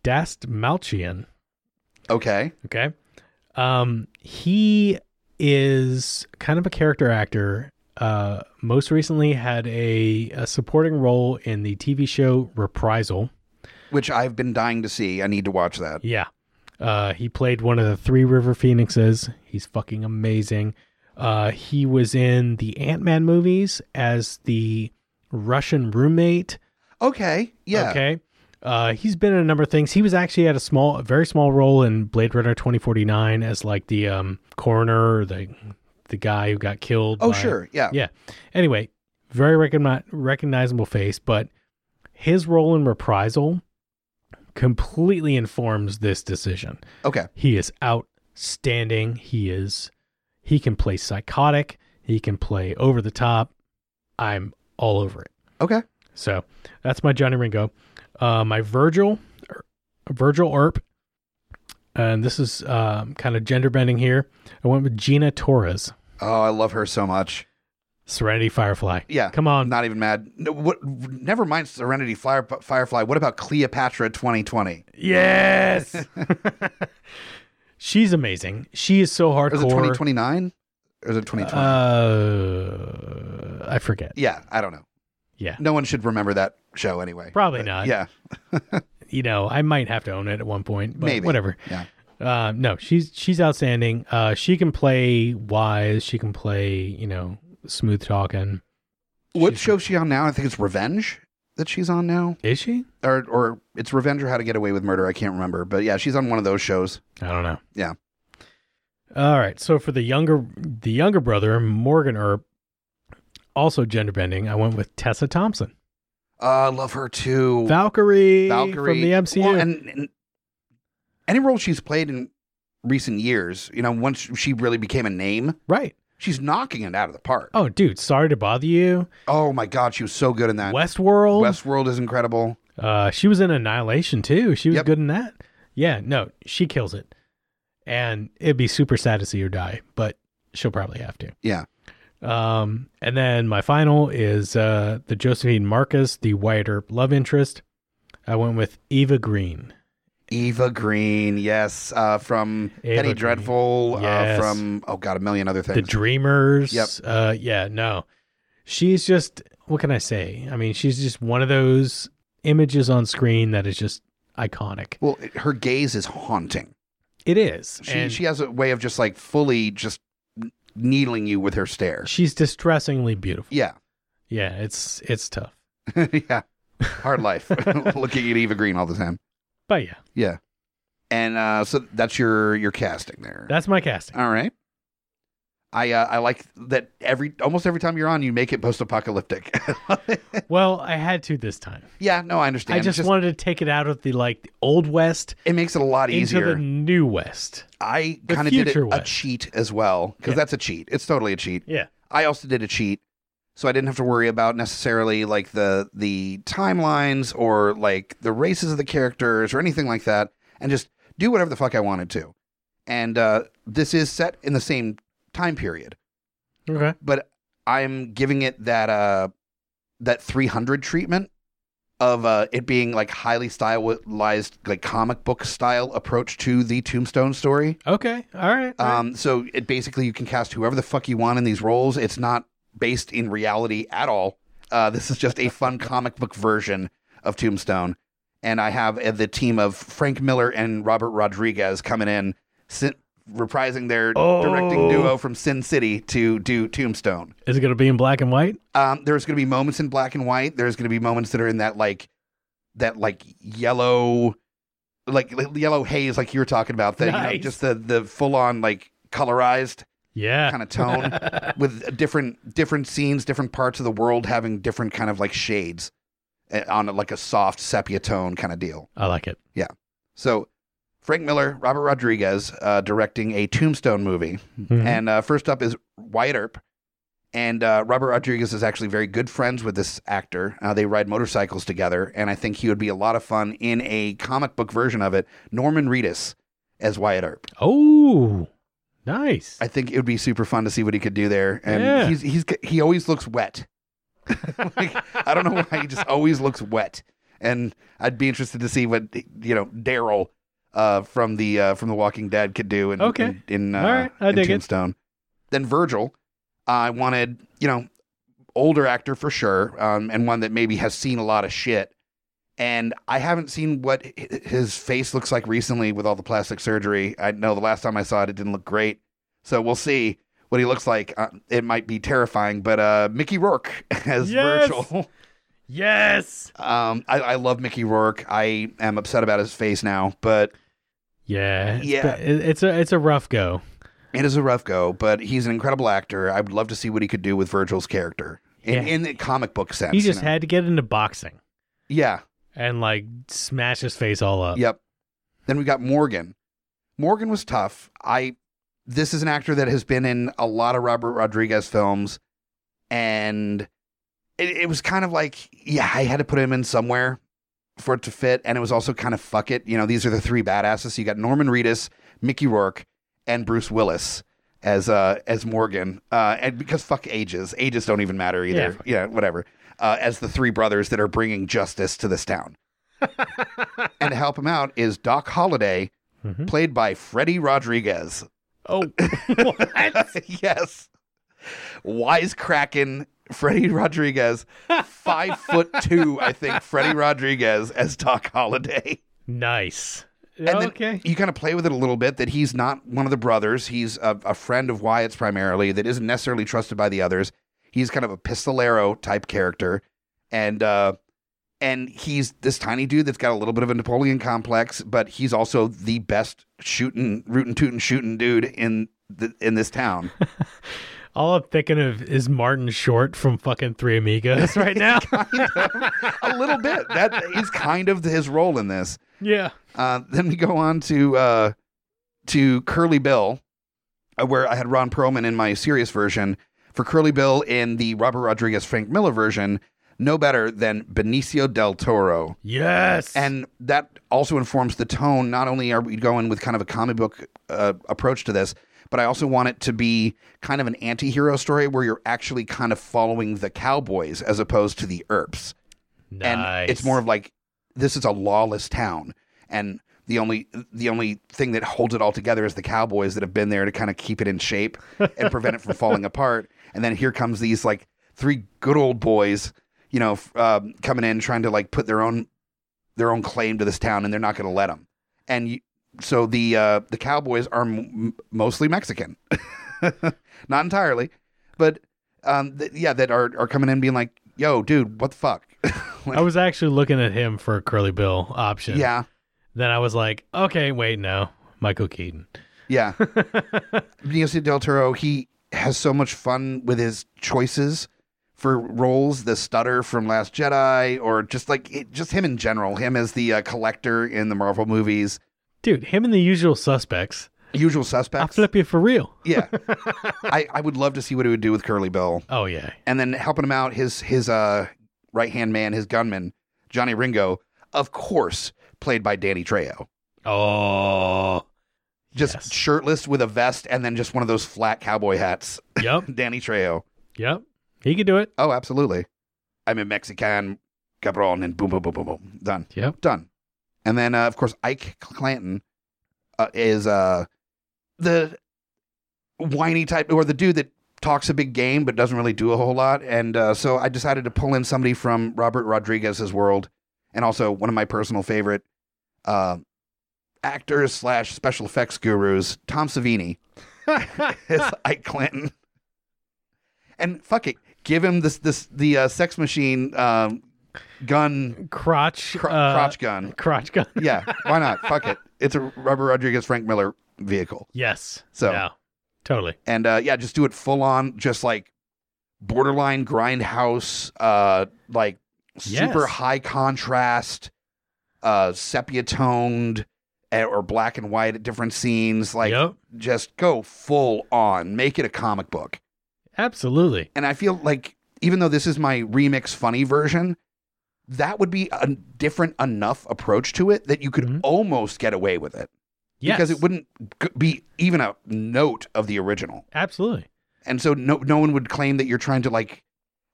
[SPEAKER 3] Dastmalchian.
[SPEAKER 2] Okay.
[SPEAKER 3] Okay, um, he is kind of a character actor. Uh, most recently had a, a supporting role in the TV show Reprisal.
[SPEAKER 2] Which I've been dying to see. I need to watch that.
[SPEAKER 3] Yeah. Uh, he played one of the Three River Phoenixes. He's fucking amazing. Uh, he was in the Ant Man movies as the Russian roommate.
[SPEAKER 2] Okay. Yeah.
[SPEAKER 3] Okay. Uh, he's been in a number of things. He was actually had a small, a very small role in Blade Runner 2049 as like the um, coroner, or the the guy who got killed.
[SPEAKER 2] Oh,
[SPEAKER 3] by-
[SPEAKER 2] sure. Yeah.
[SPEAKER 3] Yeah. Anyway, very recogni- recognizable face, but his role in Reprisal completely informs this decision.
[SPEAKER 2] Okay.
[SPEAKER 3] He is outstanding. He is he can play psychotic. He can play over the top. I'm all over it.
[SPEAKER 2] Okay.
[SPEAKER 3] So that's my Johnny Ringo. Uh, my Virgil, er, Virgil Earp, and this is um, kind of gender bending here. I went with Gina Torres,
[SPEAKER 2] Oh, I love her so much.
[SPEAKER 3] Serenity Firefly.
[SPEAKER 2] Yeah.
[SPEAKER 3] come on,
[SPEAKER 2] I'm not even mad. No, what? Never mind Serenity Flyer, Firefly. What about Cleopatra 2020? (laughs)
[SPEAKER 3] yes. (laughs) She's amazing. She is so
[SPEAKER 2] Or
[SPEAKER 3] hardcore.
[SPEAKER 2] is it 2029? Or is it 2020?
[SPEAKER 3] Uh, I forget.
[SPEAKER 2] Yeah, I don't know.
[SPEAKER 3] Yeah.
[SPEAKER 2] No one should remember that show anyway.
[SPEAKER 3] Probably
[SPEAKER 2] But,
[SPEAKER 3] not.
[SPEAKER 2] Yeah.
[SPEAKER 3] You know, I might have to own it at one point, but
[SPEAKER 2] Maybe.
[SPEAKER 3] whatever.
[SPEAKER 2] Yeah.
[SPEAKER 3] Uh, no, she's she's outstanding. Uh, she can play wise. She can play, you know, smooth talking.
[SPEAKER 2] What
[SPEAKER 3] She's-
[SPEAKER 2] show is she on now? I think it's Revenge that she's on now,
[SPEAKER 3] Is she?
[SPEAKER 2] or or it's Revenge or How to Get Away with Murder. I can't remember, but yeah, she's on one of those shows.
[SPEAKER 3] I don't know.
[SPEAKER 2] Yeah.
[SPEAKER 3] All right. So for the younger the younger brother Morgan Earp, also gender bending. I went with Tessa Thompson,
[SPEAKER 2] Uh, love her too.
[SPEAKER 3] Valkyrie,
[SPEAKER 2] Valkyrie
[SPEAKER 3] from the MCU.
[SPEAKER 2] Well, and, and any role she's played in recent years, you know, once she really became a name,
[SPEAKER 3] right.
[SPEAKER 2] she's knocking it out of the park. Oh,
[SPEAKER 3] Oh, dude. Sorry to bother you.
[SPEAKER 2] my God, she was so good in that.
[SPEAKER 3] Westworld.
[SPEAKER 2] Westworld is incredible.
[SPEAKER 3] Uh, she was in Annihilation too. She was
[SPEAKER 2] Yep.
[SPEAKER 3] good in that. Yeah, no, she kills it. And it'd be super sad to see her die, but she'll probably have to.
[SPEAKER 2] Yeah.
[SPEAKER 3] Um, and then my final is uh, the Josephine Marcus, the Wyatt Earp love interest. I went with Eva Green.
[SPEAKER 2] Eva Green, yes, uh, from
[SPEAKER 3] Eva
[SPEAKER 2] Penny
[SPEAKER 3] Green.
[SPEAKER 2] Dreadful,
[SPEAKER 3] Yes.
[SPEAKER 2] uh, from oh god, a million other
[SPEAKER 3] The
[SPEAKER 2] things.
[SPEAKER 3] Dreamers.
[SPEAKER 2] Yep.
[SPEAKER 3] Uh, yeah, no. She's just, what can I say? I mean, she's just one of those images on screen that is just iconic.
[SPEAKER 2] well, it- her gaze is haunting.
[SPEAKER 3] It is.
[SPEAKER 2] She
[SPEAKER 3] and
[SPEAKER 2] she has a way of just like fully just needling you with her stare.
[SPEAKER 3] she's distressingly beautiful.
[SPEAKER 2] Yeah, (laughs)
[SPEAKER 3] Yeah, it's it's tough.
[SPEAKER 2] yeah, hard life. (laughs) Looking at Eva Green all the time.
[SPEAKER 3] But yeah,
[SPEAKER 2] Yeah, and uh, so that's your your casting there.
[SPEAKER 3] that's my casting.
[SPEAKER 2] all right. I uh, I like that every almost every time you're on, you make it post apocalyptic.
[SPEAKER 3] Well, I had to this time.
[SPEAKER 2] (laughs) yeah, no, I understand.
[SPEAKER 3] I
[SPEAKER 2] It's
[SPEAKER 3] just, wanted to take it out of the like the old west
[SPEAKER 2] it makes it a lot easier.
[SPEAKER 3] into the new west.
[SPEAKER 2] I
[SPEAKER 3] The
[SPEAKER 2] kind of did it,
[SPEAKER 3] future
[SPEAKER 2] a
[SPEAKER 3] West.
[SPEAKER 2] cheat as well because
[SPEAKER 3] Yeah.
[SPEAKER 2] that's a cheat. It's totally a cheat.
[SPEAKER 3] Yeah.
[SPEAKER 2] I also did a cheat, so I didn't have to worry about necessarily like the the timelines or like the races of the characters or anything like that, and just do whatever the fuck I wanted to. And uh, this is set in the same time period,
[SPEAKER 3] Okay.
[SPEAKER 2] but I'm giving it that uh that 300 treatment of uh it being like highly stylized like comic book style approach to the Tombstone story.
[SPEAKER 3] Okay. All right. all right.
[SPEAKER 2] Um, so it basically you can cast whoever the fuck you want in these roles. It's not based in reality at all. Uh, this is just a
[SPEAKER 3] (laughs)
[SPEAKER 2] fun comic book version of Tombstone, and I have uh, the team of Frank Miller and Robert Rodriguez coming in, sin- reprising their
[SPEAKER 3] Oh.
[SPEAKER 2] directing duo from Sin City to do Tombstone.
[SPEAKER 3] Is it going to be in black and white?
[SPEAKER 2] Um, there's going to be moments in black and white. There's going to be moments that are in that like that like yellow, like, like, yellow haze, like you were talking about. That you
[SPEAKER 3] Nice.
[SPEAKER 2] know, just the the full on like colorized
[SPEAKER 3] Yeah.
[SPEAKER 2] kind of tone with different different scenes, different parts of the world having different kind of like shades eh, on like a soft sepia tone kind of deal.
[SPEAKER 3] (laughs) I like it.
[SPEAKER 2] So. Frank Miller, Robert Rodriguez, uh, directing a Tombstone movie.
[SPEAKER 3] Mhm.
[SPEAKER 2] And uh, first up is Wyatt Earp. And uh, Robert Rodriguez is actually very good friends with this actor. Uh, they ride motorcycles together, and I think he would be a lot of fun in a comic book version of it. Norman Reedus as Wyatt Earp.
[SPEAKER 3] oh, nice.
[SPEAKER 2] I think it would be super fun to see what he could do there. And
[SPEAKER 3] Yeah.
[SPEAKER 2] he's he's he always looks wet. (laughs) like, I don't know why he just always looks wet. And I'd be interested to see what you know Daryl uh, from the uh, from the Walking Dead could do in
[SPEAKER 3] Okay.
[SPEAKER 2] in, in, uh,
[SPEAKER 3] All right. I
[SPEAKER 2] in
[SPEAKER 3] dig it.
[SPEAKER 2] Tombstone. Then Virgil, I wanted you know older actor for sure, um, and one that maybe has seen a lot of shit. And I haven't seen what hi- his face looks like recently with all the plastic surgery. I know the last time I saw it, it didn't look great. So we'll see what he looks like. Uh, it might be terrifying, but uh, Mickey Rourke (laughs) as
[SPEAKER 3] Yes!
[SPEAKER 2] Virgil.
[SPEAKER 3] yes.
[SPEAKER 2] Um, I, I love Mickey Rourke. I am upset about his face now, but
[SPEAKER 3] Yeah. it's
[SPEAKER 2] Yeah.
[SPEAKER 3] been- it- It's a it's a rough go.
[SPEAKER 2] it is a rough go. But he's an incredible actor. I would love to see what he could do with Virgil's character in,
[SPEAKER 3] Yeah.
[SPEAKER 2] in the comic book sense.
[SPEAKER 3] He
[SPEAKER 2] you
[SPEAKER 3] just
[SPEAKER 2] know?
[SPEAKER 3] had to get into boxing
[SPEAKER 2] yeah,
[SPEAKER 3] and like smash his face all up.
[SPEAKER 2] Yep. Then we got Morgan. Morgan was tough. I this is an actor that has been in a lot of Robert Rodriguez films and it, it was kind of like yeah, I had to put him in somewhere for it to fit and it was also kind of fuck it. You know, these are the three badasses. So you got Norman Reedus, Mickey Rourke, and Bruce Willis as uh as Morgan. Uh and because fuck ages. Ages don't even matter
[SPEAKER 3] Yeah,
[SPEAKER 2] either.
[SPEAKER 3] fuck.
[SPEAKER 2] yeah whatever. Uh, as the three brothers that are bringing justice to this town and to help him out is Doc Holliday,
[SPEAKER 3] Mhm.
[SPEAKER 2] played by Freddie (laughs) Rodriguez. (laughs)
[SPEAKER 3] Oh, what?
[SPEAKER 2] yes. Wisecracking Freddie Rodriguez, five foot two, I think, Freddie Rodriguez as Doc Holliday.
[SPEAKER 3] Nice.
[SPEAKER 2] And then
[SPEAKER 3] okay.
[SPEAKER 2] you kind of play with it a little bit that he's not one of the brothers. He's a, a friend of Wyatt's primarily that isn't necessarily trusted by the others. He's kind of a pistolero type character, and uh, and he's this tiny dude that's got a little bit of a Napoleon complex, but he's also the best shooting, rootin' tootin' shooting dude in the, in this town.
[SPEAKER 3] All I'm thinking of is Martin Short from fucking Three Amigos right now.
[SPEAKER 2] a little bit. That is kind of his role in this.
[SPEAKER 3] yeah.
[SPEAKER 2] Uh, then we go on to uh, to Curly Bill, uh, where I had Ron Perlman in my serious version. For Curly Bill in the Robert Rodriguez Frank Miller version, no better than Benicio del Toro.
[SPEAKER 3] Yes.
[SPEAKER 2] And that also informs the tone. Not only are we going with kind of a comic book uh, approach to this, but I also want it to be kind of an anti hero story where you're actually kind of following the cowboys as opposed to the Earps and
[SPEAKER 3] nice.
[SPEAKER 2] it's more of like this is a lawless town and the only the only thing that holds it all together is the cowboys that have been there to kind of keep it in shape and prevent it from falling apart and then here comes these like three good old boys you know f- um, coming in trying to like put their own their own claim to this town and they're not going to let them and you, so the uh, the cowboys are m- m- mostly mexican (laughs) not entirely but um, th- yeah that are, are coming in being like yo dude what the fuck (laughs) Like-
[SPEAKER 3] I was actually looking at him for a Curly Bill option.
[SPEAKER 2] Yeah,
[SPEAKER 3] Then I was like, okay, wait, no, Michael Keaton.
[SPEAKER 2] yeah.
[SPEAKER 3] (laughs)
[SPEAKER 2] Benicio del Toro, he has so much fun with his choices for roles. The stutter from Last Jedi, or just like it, just him in general. Him as the uh, collector in the Marvel movies,
[SPEAKER 3] Dude, him and the usual suspects.
[SPEAKER 2] Usual
[SPEAKER 3] I'll
[SPEAKER 2] Suspects.
[SPEAKER 3] flip you for real. (laughs)
[SPEAKER 2] yeah, I, I would love to see what he would do with Curly Bill,
[SPEAKER 3] Oh, yeah.
[SPEAKER 2] and then helping him out. His his uh, right hand man, his gunman, Johnny Ringo, of course, played by Danny Trejo.
[SPEAKER 3] Oh.
[SPEAKER 2] Just
[SPEAKER 3] Yes.
[SPEAKER 2] shirtless with a vest, and then just one of those flat cowboy hats. (laughs)
[SPEAKER 3] Yep.
[SPEAKER 2] Danny Trejo.
[SPEAKER 3] yep. He could do it.
[SPEAKER 2] Oh, absolutely. I'm a Mexican cabron, and boom, boom, boom, boom, boom. Done,
[SPEAKER 3] Yep.
[SPEAKER 2] done. And then, uh, of course, Ike Clanton uh, is uh, the whiny type, or the dude that talks a big game but doesn't really do a whole lot. And uh, so I decided to pull in somebody from Robert Rodriguez's world, and also one of my personal favorite uh, actors slash special effects gurus, Tom Savini (laughs) is Ike Clinton. And fuck it, give him this this the uh, sex machine um, gun
[SPEAKER 3] crotch.
[SPEAKER 2] cro-
[SPEAKER 3] uh,
[SPEAKER 2] crotch gun.
[SPEAKER 3] crotch gun.
[SPEAKER 2] Yeah, why
[SPEAKER 3] (laughs)
[SPEAKER 2] not? fuck it. It's a Robert Rodriguez Frank Miller vehicle,
[SPEAKER 3] Yes.
[SPEAKER 2] So-
[SPEAKER 3] Yeah. Totally.
[SPEAKER 2] and uh, yeah, just do it full on, just like borderline grindhouse, uh, like super
[SPEAKER 3] Yes.
[SPEAKER 2] high contrast, uh, sepia toned eh, or black and white at different scenes. Like,
[SPEAKER 3] yep.
[SPEAKER 2] just go full on, make it a comic book.
[SPEAKER 3] Absolutely.
[SPEAKER 2] and I feel like even though this is my remix funny version, that would be a different enough approach to it that you could
[SPEAKER 3] Mhm.
[SPEAKER 2] almost get away with it
[SPEAKER 3] Yes.
[SPEAKER 2] because it wouldn't g- be even a note of the original,
[SPEAKER 3] Absolutely.
[SPEAKER 2] and so no no one would claim that you're trying to like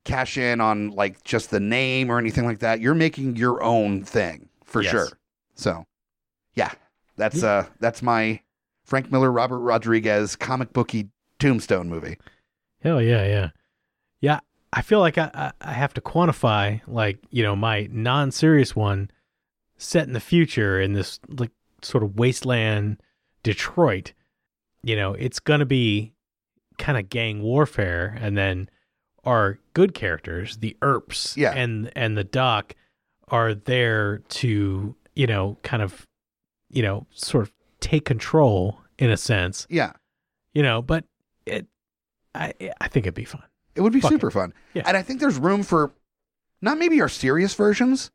[SPEAKER 2] cash in on like just the name or anything like that. You're making your own thing for
[SPEAKER 3] Yes.
[SPEAKER 2] sure. So, yeah, that's uh that's my Frank Miller Robert Rodriguez comic booky tombstone movie.
[SPEAKER 3] Hell yeah, yeah, yeah. I feel like I, I I have to quantify like you know my non-serious one set in the future in this like sort of wasteland Detroit. You know, it's gonna be kind of gang warfare, and then our good characters, the Erps,
[SPEAKER 2] Yeah.
[SPEAKER 3] and and the Doc, are there to you know kind of you know sort of take control in a sense.
[SPEAKER 2] Yeah.
[SPEAKER 3] You know, but it. I, I think it'd be fun.
[SPEAKER 2] It would be
[SPEAKER 3] Fuck
[SPEAKER 2] super
[SPEAKER 3] it.
[SPEAKER 2] fun.
[SPEAKER 3] Yeah.
[SPEAKER 2] And I think there's room for not maybe our serious versions.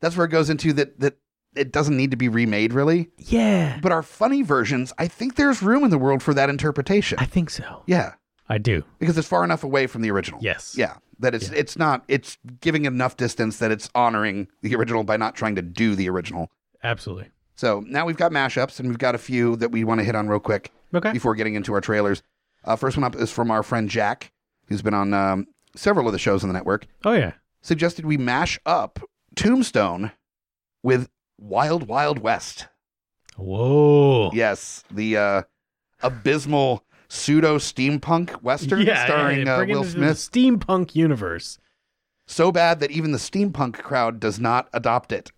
[SPEAKER 2] That's where it goes into that that it doesn't need to be remade really.
[SPEAKER 3] Yeah.
[SPEAKER 2] But our funny versions, I think there's room in the world for that interpretation.
[SPEAKER 3] I think so.
[SPEAKER 2] yeah.
[SPEAKER 3] I do.
[SPEAKER 2] Because it's far enough away from the original.
[SPEAKER 3] Yes.
[SPEAKER 2] Yeah. That it's
[SPEAKER 3] Yeah.
[SPEAKER 2] it's not it's giving it enough distance that it's honoring the original by not trying to do the original.
[SPEAKER 3] Absolutely.
[SPEAKER 2] So now we've got mashups and we've got a few that we want to hit on real quick.
[SPEAKER 3] Okay.
[SPEAKER 2] before getting into our trailers. Uh, first one up is from our friend Jack, who's been on um, several of the shows on the network.
[SPEAKER 3] oh yeah.
[SPEAKER 2] Suggested we mash up Tombstone with Wild Wild West.
[SPEAKER 3] Whoa.
[SPEAKER 2] Yes, the uh, abysmal pseudo steampunk western
[SPEAKER 3] yeah,
[SPEAKER 2] starring
[SPEAKER 3] yeah,
[SPEAKER 2] uh,
[SPEAKER 3] bring it
[SPEAKER 2] Will
[SPEAKER 3] into
[SPEAKER 2] Smith.
[SPEAKER 3] The steampunk universe.
[SPEAKER 2] So bad that even the steampunk crowd does not adopt it.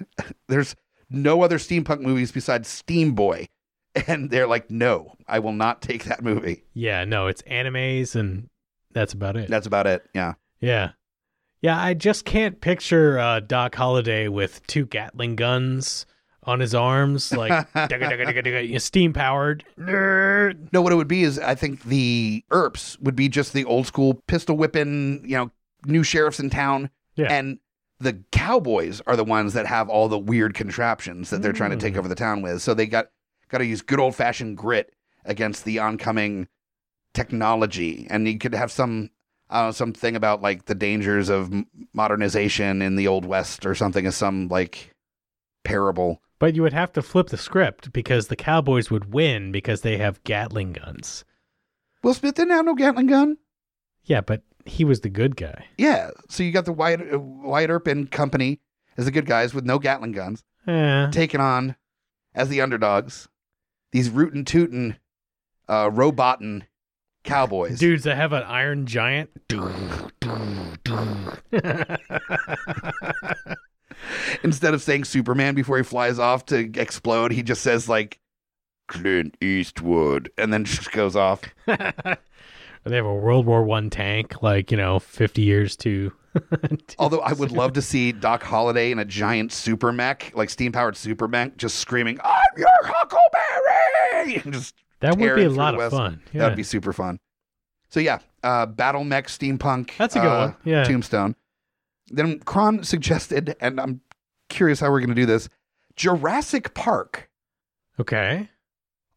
[SPEAKER 2] (laughs) There's no other steampunk movies besides Steam Boy. (laughs) And they're like, no, I will not take that movie.
[SPEAKER 3] Yeah, no, it's animes and that's about it.
[SPEAKER 2] That's about it. Yeah.
[SPEAKER 3] yeah. Yeah, I just can't picture uh, Doc Holliday with two Gatling guns on his
[SPEAKER 2] (laughs)
[SPEAKER 3] arms, like digga, digga, digga, digga, steam powered.
[SPEAKER 2] No, what it would be is I think the ERPs would be just the old school pistol whipping, you know, new sheriffs in town.
[SPEAKER 3] Yeah.
[SPEAKER 2] And the cowboys are the ones that have all the weird contraptions that they're trying to take
[SPEAKER 3] Mm.
[SPEAKER 2] over the town with. So they got got to use good old fashioned grit against the oncoming technology. And you could have some uh, something about like the dangers of m- modernization in the old west or something as some like parable.
[SPEAKER 3] But you would have to flip the script because the Cowboys would win because they have Gatling guns.
[SPEAKER 2] Will Smith didn't have no Gatling gun.
[SPEAKER 3] Yeah, but he was the good guy.
[SPEAKER 2] Yeah. So you got the Wyatt, uh, Wyatt Earp and company as the good guys with no Gatling guns,
[SPEAKER 3] Eh.
[SPEAKER 2] taken on as the underdogs. These rootin' tootin', uh, robotin' cowboys.
[SPEAKER 3] Dudes that have an
[SPEAKER 2] (laughs)
[SPEAKER 3] iron giant.
[SPEAKER 2] Instead of saying Superman before he flies off to explode, he just says, like, Clint Eastwood, and then just goes off.
[SPEAKER 3] (laughs) they have a World War One tank, like you know, fifty years to. (laughs)
[SPEAKER 2] Although I would love to see Doc Holliday in a giant super mech, like steam powered super mech, just screaming, I'm your Huckleberry! (laughs) And just
[SPEAKER 3] that would be
[SPEAKER 2] tearing
[SPEAKER 3] a
[SPEAKER 2] through
[SPEAKER 3] lot
[SPEAKER 2] the
[SPEAKER 3] of
[SPEAKER 2] West.
[SPEAKER 3] fun. Yeah.
[SPEAKER 2] That'd be super fun. So yeah, uh, battle mech steampunk.
[SPEAKER 3] That's a good
[SPEAKER 2] uh,
[SPEAKER 3] one. Yeah.
[SPEAKER 2] Tombstone. Then Kron suggested, and I'm curious how we're going to do this. Jurassic Park.
[SPEAKER 3] okay.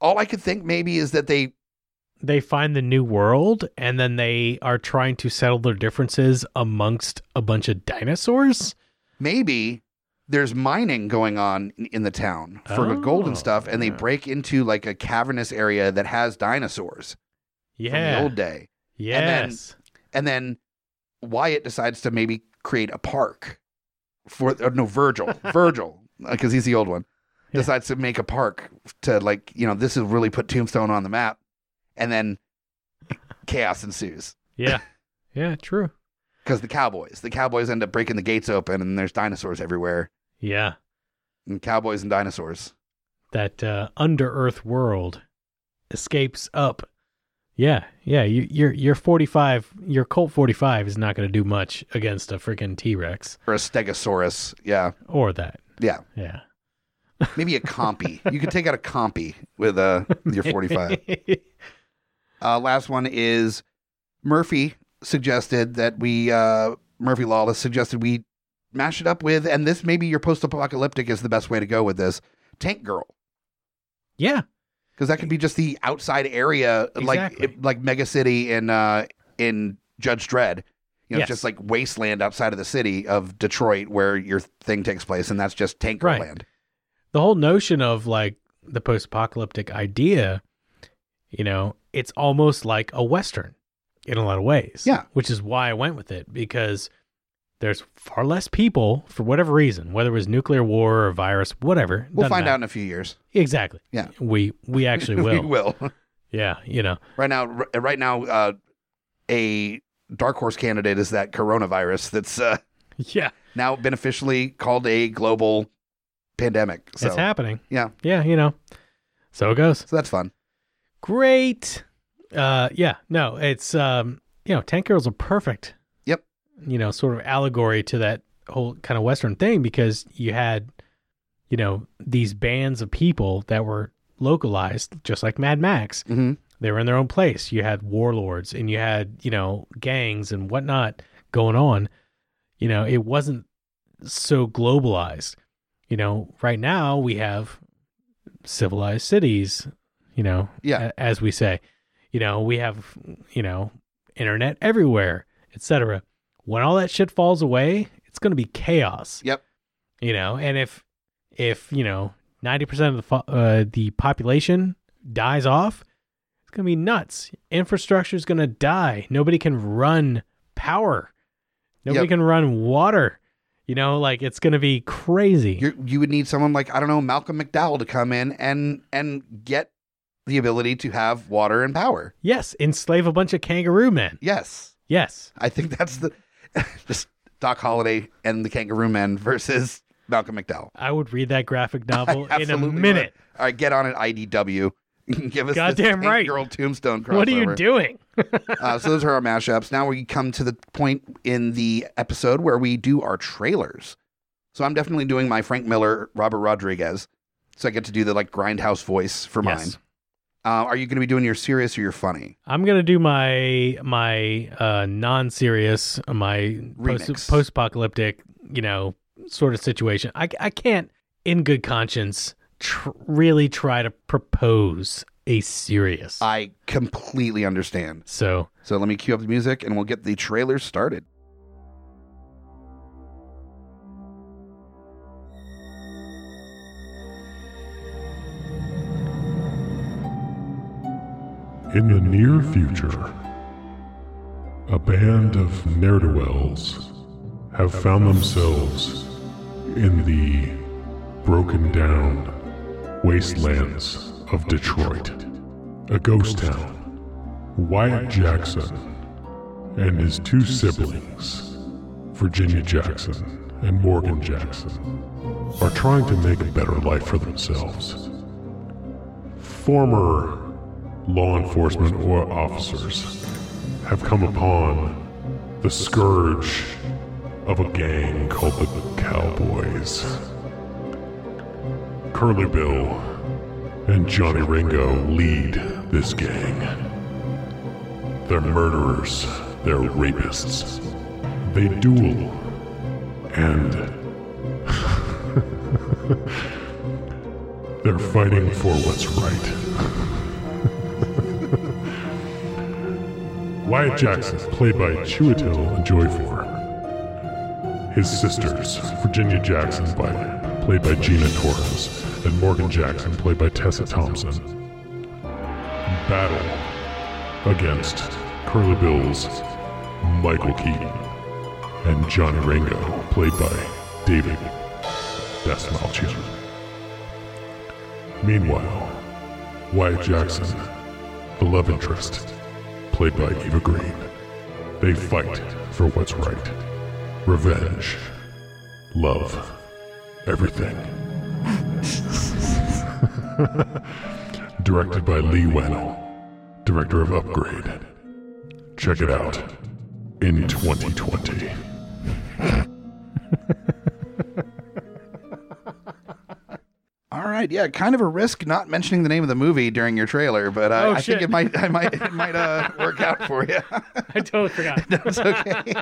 [SPEAKER 2] All I could think maybe is that they
[SPEAKER 3] They find the new world, and then they are trying to settle their differences amongst a bunch of dinosaurs.
[SPEAKER 2] maybe there's mining going on in, in the town for
[SPEAKER 3] Oh,
[SPEAKER 2] gold and stuff, and they
[SPEAKER 3] yeah.
[SPEAKER 2] break into like a cavernous area that has dinosaurs from
[SPEAKER 3] Yeah.
[SPEAKER 2] the old day, then-
[SPEAKER 3] yes.
[SPEAKER 2] and then Wyatt decides to maybe create a park for or no Virgil, Virgil, because he's the old one.
[SPEAKER 3] Yeah.
[SPEAKER 2] decides to make a park to like you know this will really put tombstone on the map and then chaos ensues (laughs)
[SPEAKER 3] yeah. Yeah. True.
[SPEAKER 2] because the cowboys the cowboys end up breaking the gates open and there's dinosaurs everywhere
[SPEAKER 3] Yeah.
[SPEAKER 2] and cowboys and dinosaurs
[SPEAKER 3] that uh, under earth world escapes up yeah yeah you, your your 45 your colt 45 is not going to do much against a freaking t-rex
[SPEAKER 2] or a stegosaurus yeah
[SPEAKER 3] or that
[SPEAKER 2] yeah
[SPEAKER 3] yeah
[SPEAKER 2] maybe a compy you could take out a compy with uh with your 45 uh last one is murphy suggested that we uh murphy lawless suggested we mash it up with and this maybe your post-apocalyptic is the best way to go with this tank girl
[SPEAKER 3] (laughs) yeah
[SPEAKER 2] because that could be just the outside area, like
[SPEAKER 3] Exactly.
[SPEAKER 2] it- like mega city in uh, in Judge Dredd. You know,
[SPEAKER 3] Yes.
[SPEAKER 2] just like wasteland outside of the city of Detroit where your thing takes place, and that's just tanker
[SPEAKER 3] Right.
[SPEAKER 2] land.
[SPEAKER 3] the whole notion of like the post-apocalyptic idea you know it's almost like a western in a lot of ways
[SPEAKER 2] Yeah.
[SPEAKER 3] which is why i went with it because there's far less people for whatever reason whether it was nuclear war or virus whatever
[SPEAKER 2] We'll
[SPEAKER 3] doesn't
[SPEAKER 2] find
[SPEAKER 3] matter.
[SPEAKER 2] out in a few years.
[SPEAKER 3] Exactly.
[SPEAKER 2] Yeah.
[SPEAKER 3] We
[SPEAKER 2] (laughs)
[SPEAKER 3] we actually will.
[SPEAKER 2] we will.
[SPEAKER 3] Yeah, you
[SPEAKER 2] (laughs)
[SPEAKER 3] know.
[SPEAKER 2] Right now, r- right now, uh, a dark horse candidate is that coronavirus that's uh,
[SPEAKER 3] Yeah.
[SPEAKER 2] now been officially called a global pandemic. So,
[SPEAKER 3] it's happening.
[SPEAKER 2] yeah.
[SPEAKER 3] Yeah, you know. So it goes.
[SPEAKER 2] so that's fun.
[SPEAKER 3] Great. Uh yeah, no, it's um you know, Tank Girl's a perfect
[SPEAKER 2] Yep.
[SPEAKER 3] you know, sort of allegory to that whole kind of western thing because you had you know, these bands of people that were localized just like Mad Max
[SPEAKER 2] hmm
[SPEAKER 3] they were in their own place. You had warlords and you had, you know, gangs and whatnot going on. You know, it wasn't so globalized. You know, right now we have civilized cities, you know,
[SPEAKER 2] Yeah.
[SPEAKER 3] a- as we say. You know, we have, you know, internet everywhere, etc. When all that shit falls away, it's going to be chaos
[SPEAKER 2] Yep.
[SPEAKER 3] you know and if if you know 90% of the fo- uh, the population dies off it's going to be nuts infrastructure is going to die nobody can run power nobody
[SPEAKER 2] Yep.
[SPEAKER 3] can run water you know like it's going to be crazy
[SPEAKER 2] you you would need someone like I don't know Malcolm McDowell to come in and and get the ability to have water and power.
[SPEAKER 3] Yes, enslave a bunch of kangaroo men.
[SPEAKER 2] Yes.
[SPEAKER 3] Yes.
[SPEAKER 2] I think that's the (laughs) just Doc Holliday and the Kangaroo Men versus Malcolm McDowell.
[SPEAKER 3] I would read
[SPEAKER 2] (laughs)
[SPEAKER 3] that graphic novel in a
[SPEAKER 2] Absolutely would.
[SPEAKER 3] minute.
[SPEAKER 2] All right, get on it, IDW. (laughs) Give us
[SPEAKER 3] Goddamn
[SPEAKER 2] this
[SPEAKER 3] right.
[SPEAKER 2] Your old tombstone crossover.
[SPEAKER 3] What are you doing?
[SPEAKER 2] uh, so those are our mashups. Now we come to the point in the episode where we do our trailers. So I'm definitely doing my Frank Miller, Robert Rodriguez. So I get to do the like grindhouse voice for mine.
[SPEAKER 3] Yes.
[SPEAKER 2] Uh, are you going to be doing your serious or your funny?
[SPEAKER 3] I'm gonna do my my uh, non-serious, my
[SPEAKER 2] Remix.
[SPEAKER 3] post post-apocalyptic, you know, sort of situation. I I can't, in good conscience, tr- really try to propose a serious.
[SPEAKER 2] I completely understand.
[SPEAKER 3] so (laughs)
[SPEAKER 2] So let me cue up the music and we'll get the trailer started.
[SPEAKER 4] In the near future, a band of ne'er do wells have found themselves in the broken down wastelands of Detroit, a ghost town. Wyatt Jackson and his two siblings, Virginia Jackson and Morgan Jackson, are trying to make a better life for themselves. Former law enforcement or officers have come upon the scourge of a gang called the Cowboys. Curly Bill and Johnny Ringo lead this gang. They're murderers, they're rapists. They duel, and (laughs) they're fighting for what's right. Wyatt Jackson, played by Chiwetel and Joyfor. His sisters, Virginia Jackson, by, played by Gina Torres, and Morgan Jackson, played by Tessa Thompson, battle against Curly Bill's Michael Keaton and Johnny Ringo, played by David Desmalchian. Meanwhile, Wyatt Jackson, the love interest, played by Eva Green. They fight for what's right. Revenge. Love. Everything. (laughs) Directed by Lee Wannell, director of Upgrade. Check it out in 2020.
[SPEAKER 2] All right, yeah, kind of a risk not mentioning the name of the movie during your trailer, but uh,
[SPEAKER 3] Oh,
[SPEAKER 2] I think
[SPEAKER 3] shit.
[SPEAKER 2] it might, I might, it might uh, work out for you. (laughs)
[SPEAKER 3] I totally forgot.
[SPEAKER 2] That's okay.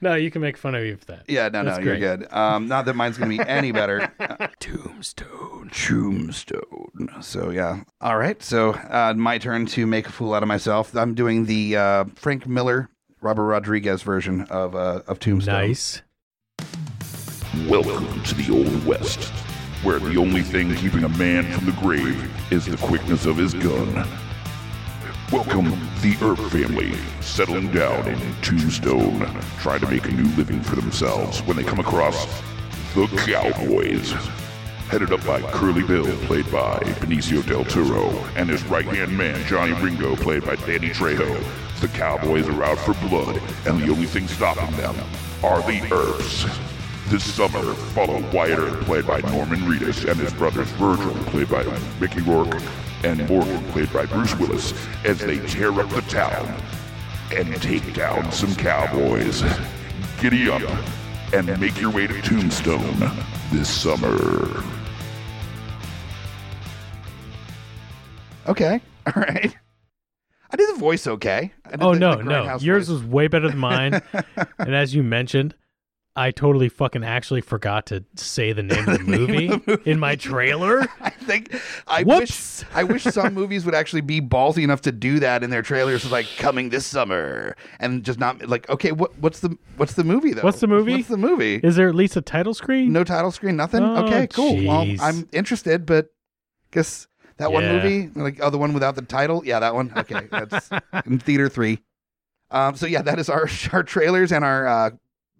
[SPEAKER 3] no, you can make fun of me for that.
[SPEAKER 2] Yeah, no,
[SPEAKER 3] That's
[SPEAKER 2] no, you're
[SPEAKER 3] great.
[SPEAKER 2] good. Um, not that mine's gonna be any
[SPEAKER 3] (laughs)
[SPEAKER 2] better. Tombstone, tombstone. So yeah, all right. So uh, my turn to make a fool out of myself. I'm doing the uh, Frank Miller, Robert Rodriguez version of uh, of Tombstone.
[SPEAKER 3] Nice.
[SPEAKER 1] Welcome to the Old West, where the only thing keeping a man from the grave is the quickness of his gun. Welcome, the Earp family, settling down in Tombstone, trying to make a new living for themselves when they come across the Cowboys. Headed up by Curly Bill, played by Benicio del Toro, and his right hand man, Johnny Ringo, played by Danny Trejo, the Cowboys are out for blood, and the only thing stopping them are the Earps. This summer, follow Wyatt Earp, played by Norman Reedus, and his brothers Virgil, played by Mickey Rourke, and Morgan, played by Bruce Willis, as they tear up the town and take down some cowboys. Giddy up and make your way to Tombstone this summer.
[SPEAKER 2] Okay, (laughs) all right. I did the voice okay. I did
[SPEAKER 3] Oh
[SPEAKER 2] the-
[SPEAKER 3] no,
[SPEAKER 2] the
[SPEAKER 3] no,
[SPEAKER 2] grindhouse
[SPEAKER 3] yours
[SPEAKER 2] voice.
[SPEAKER 3] was way better than (laughs) mine. and as you mentioned, I totally fucking actually forgot to say the name (laughs) of the movie in my (laughs) trailer.
[SPEAKER 2] (laughs) I think I
[SPEAKER 3] Whoops.
[SPEAKER 2] wish I wish
[SPEAKER 3] (laughs)
[SPEAKER 2] some movies would actually be ballsy enough to do that in their trailers. It's like coming this summer, and just not like okay, what what's the what's the movie though?
[SPEAKER 3] What's the movie?
[SPEAKER 2] What's the movie?
[SPEAKER 3] Is there at least a title screen?
[SPEAKER 2] No title screen, nothing.
[SPEAKER 3] Oh,
[SPEAKER 2] okay, cool. Well,
[SPEAKER 3] jeez.
[SPEAKER 2] I'm interested, but guess that one
[SPEAKER 3] Yeah.
[SPEAKER 2] movie, like oh, the one without the title. Yeah, that one. Okay,
[SPEAKER 3] (laughs)
[SPEAKER 2] that's in theater three. Um, so yeah, (laughs) that is our our trailers and our uh,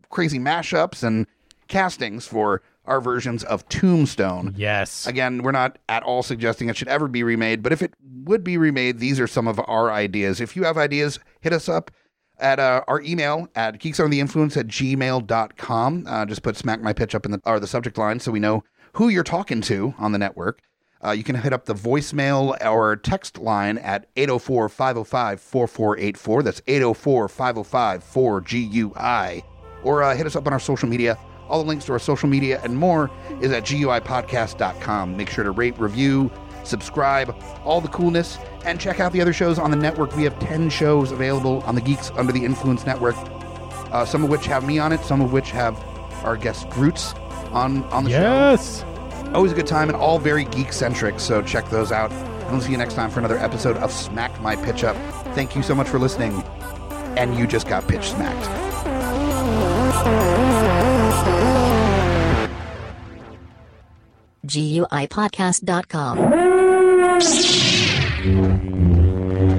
[SPEAKER 2] crazy mashups and castings for our versions of Tombstone.
[SPEAKER 3] Yes.
[SPEAKER 2] Again, we're not at all suggesting it should ever be remade, but if it would be remade, these are some of our ideas. If you have ideas, hit us up at uh, our email at geeksontheinfluence at gmail.com. Uh, just put smack my pitch up in the, or the subject line so we know who you're talking to on the network. Uh, you can hit up the voicemail or text line at 804 505 4484. That's 804 505 4GUI. Or uh, hit us up on our social media. All the links to our social media and more is at GUIPodcast.com. Make sure to rate, review, subscribe, all the coolness, and check out the other shows on the network. We have 10 shows available on the Geeks Under the Influence Network, uh, some of which have me on it, some of which have our guest Groots on, on the show
[SPEAKER 3] yes.
[SPEAKER 2] always a good time and all very geek centric. So check those out. And we'll see you next time for another episode of Smack My Pitch Up. Thank you so much for listening. And you just got pitch smacked.
[SPEAKER 5] GUIPodcast.com.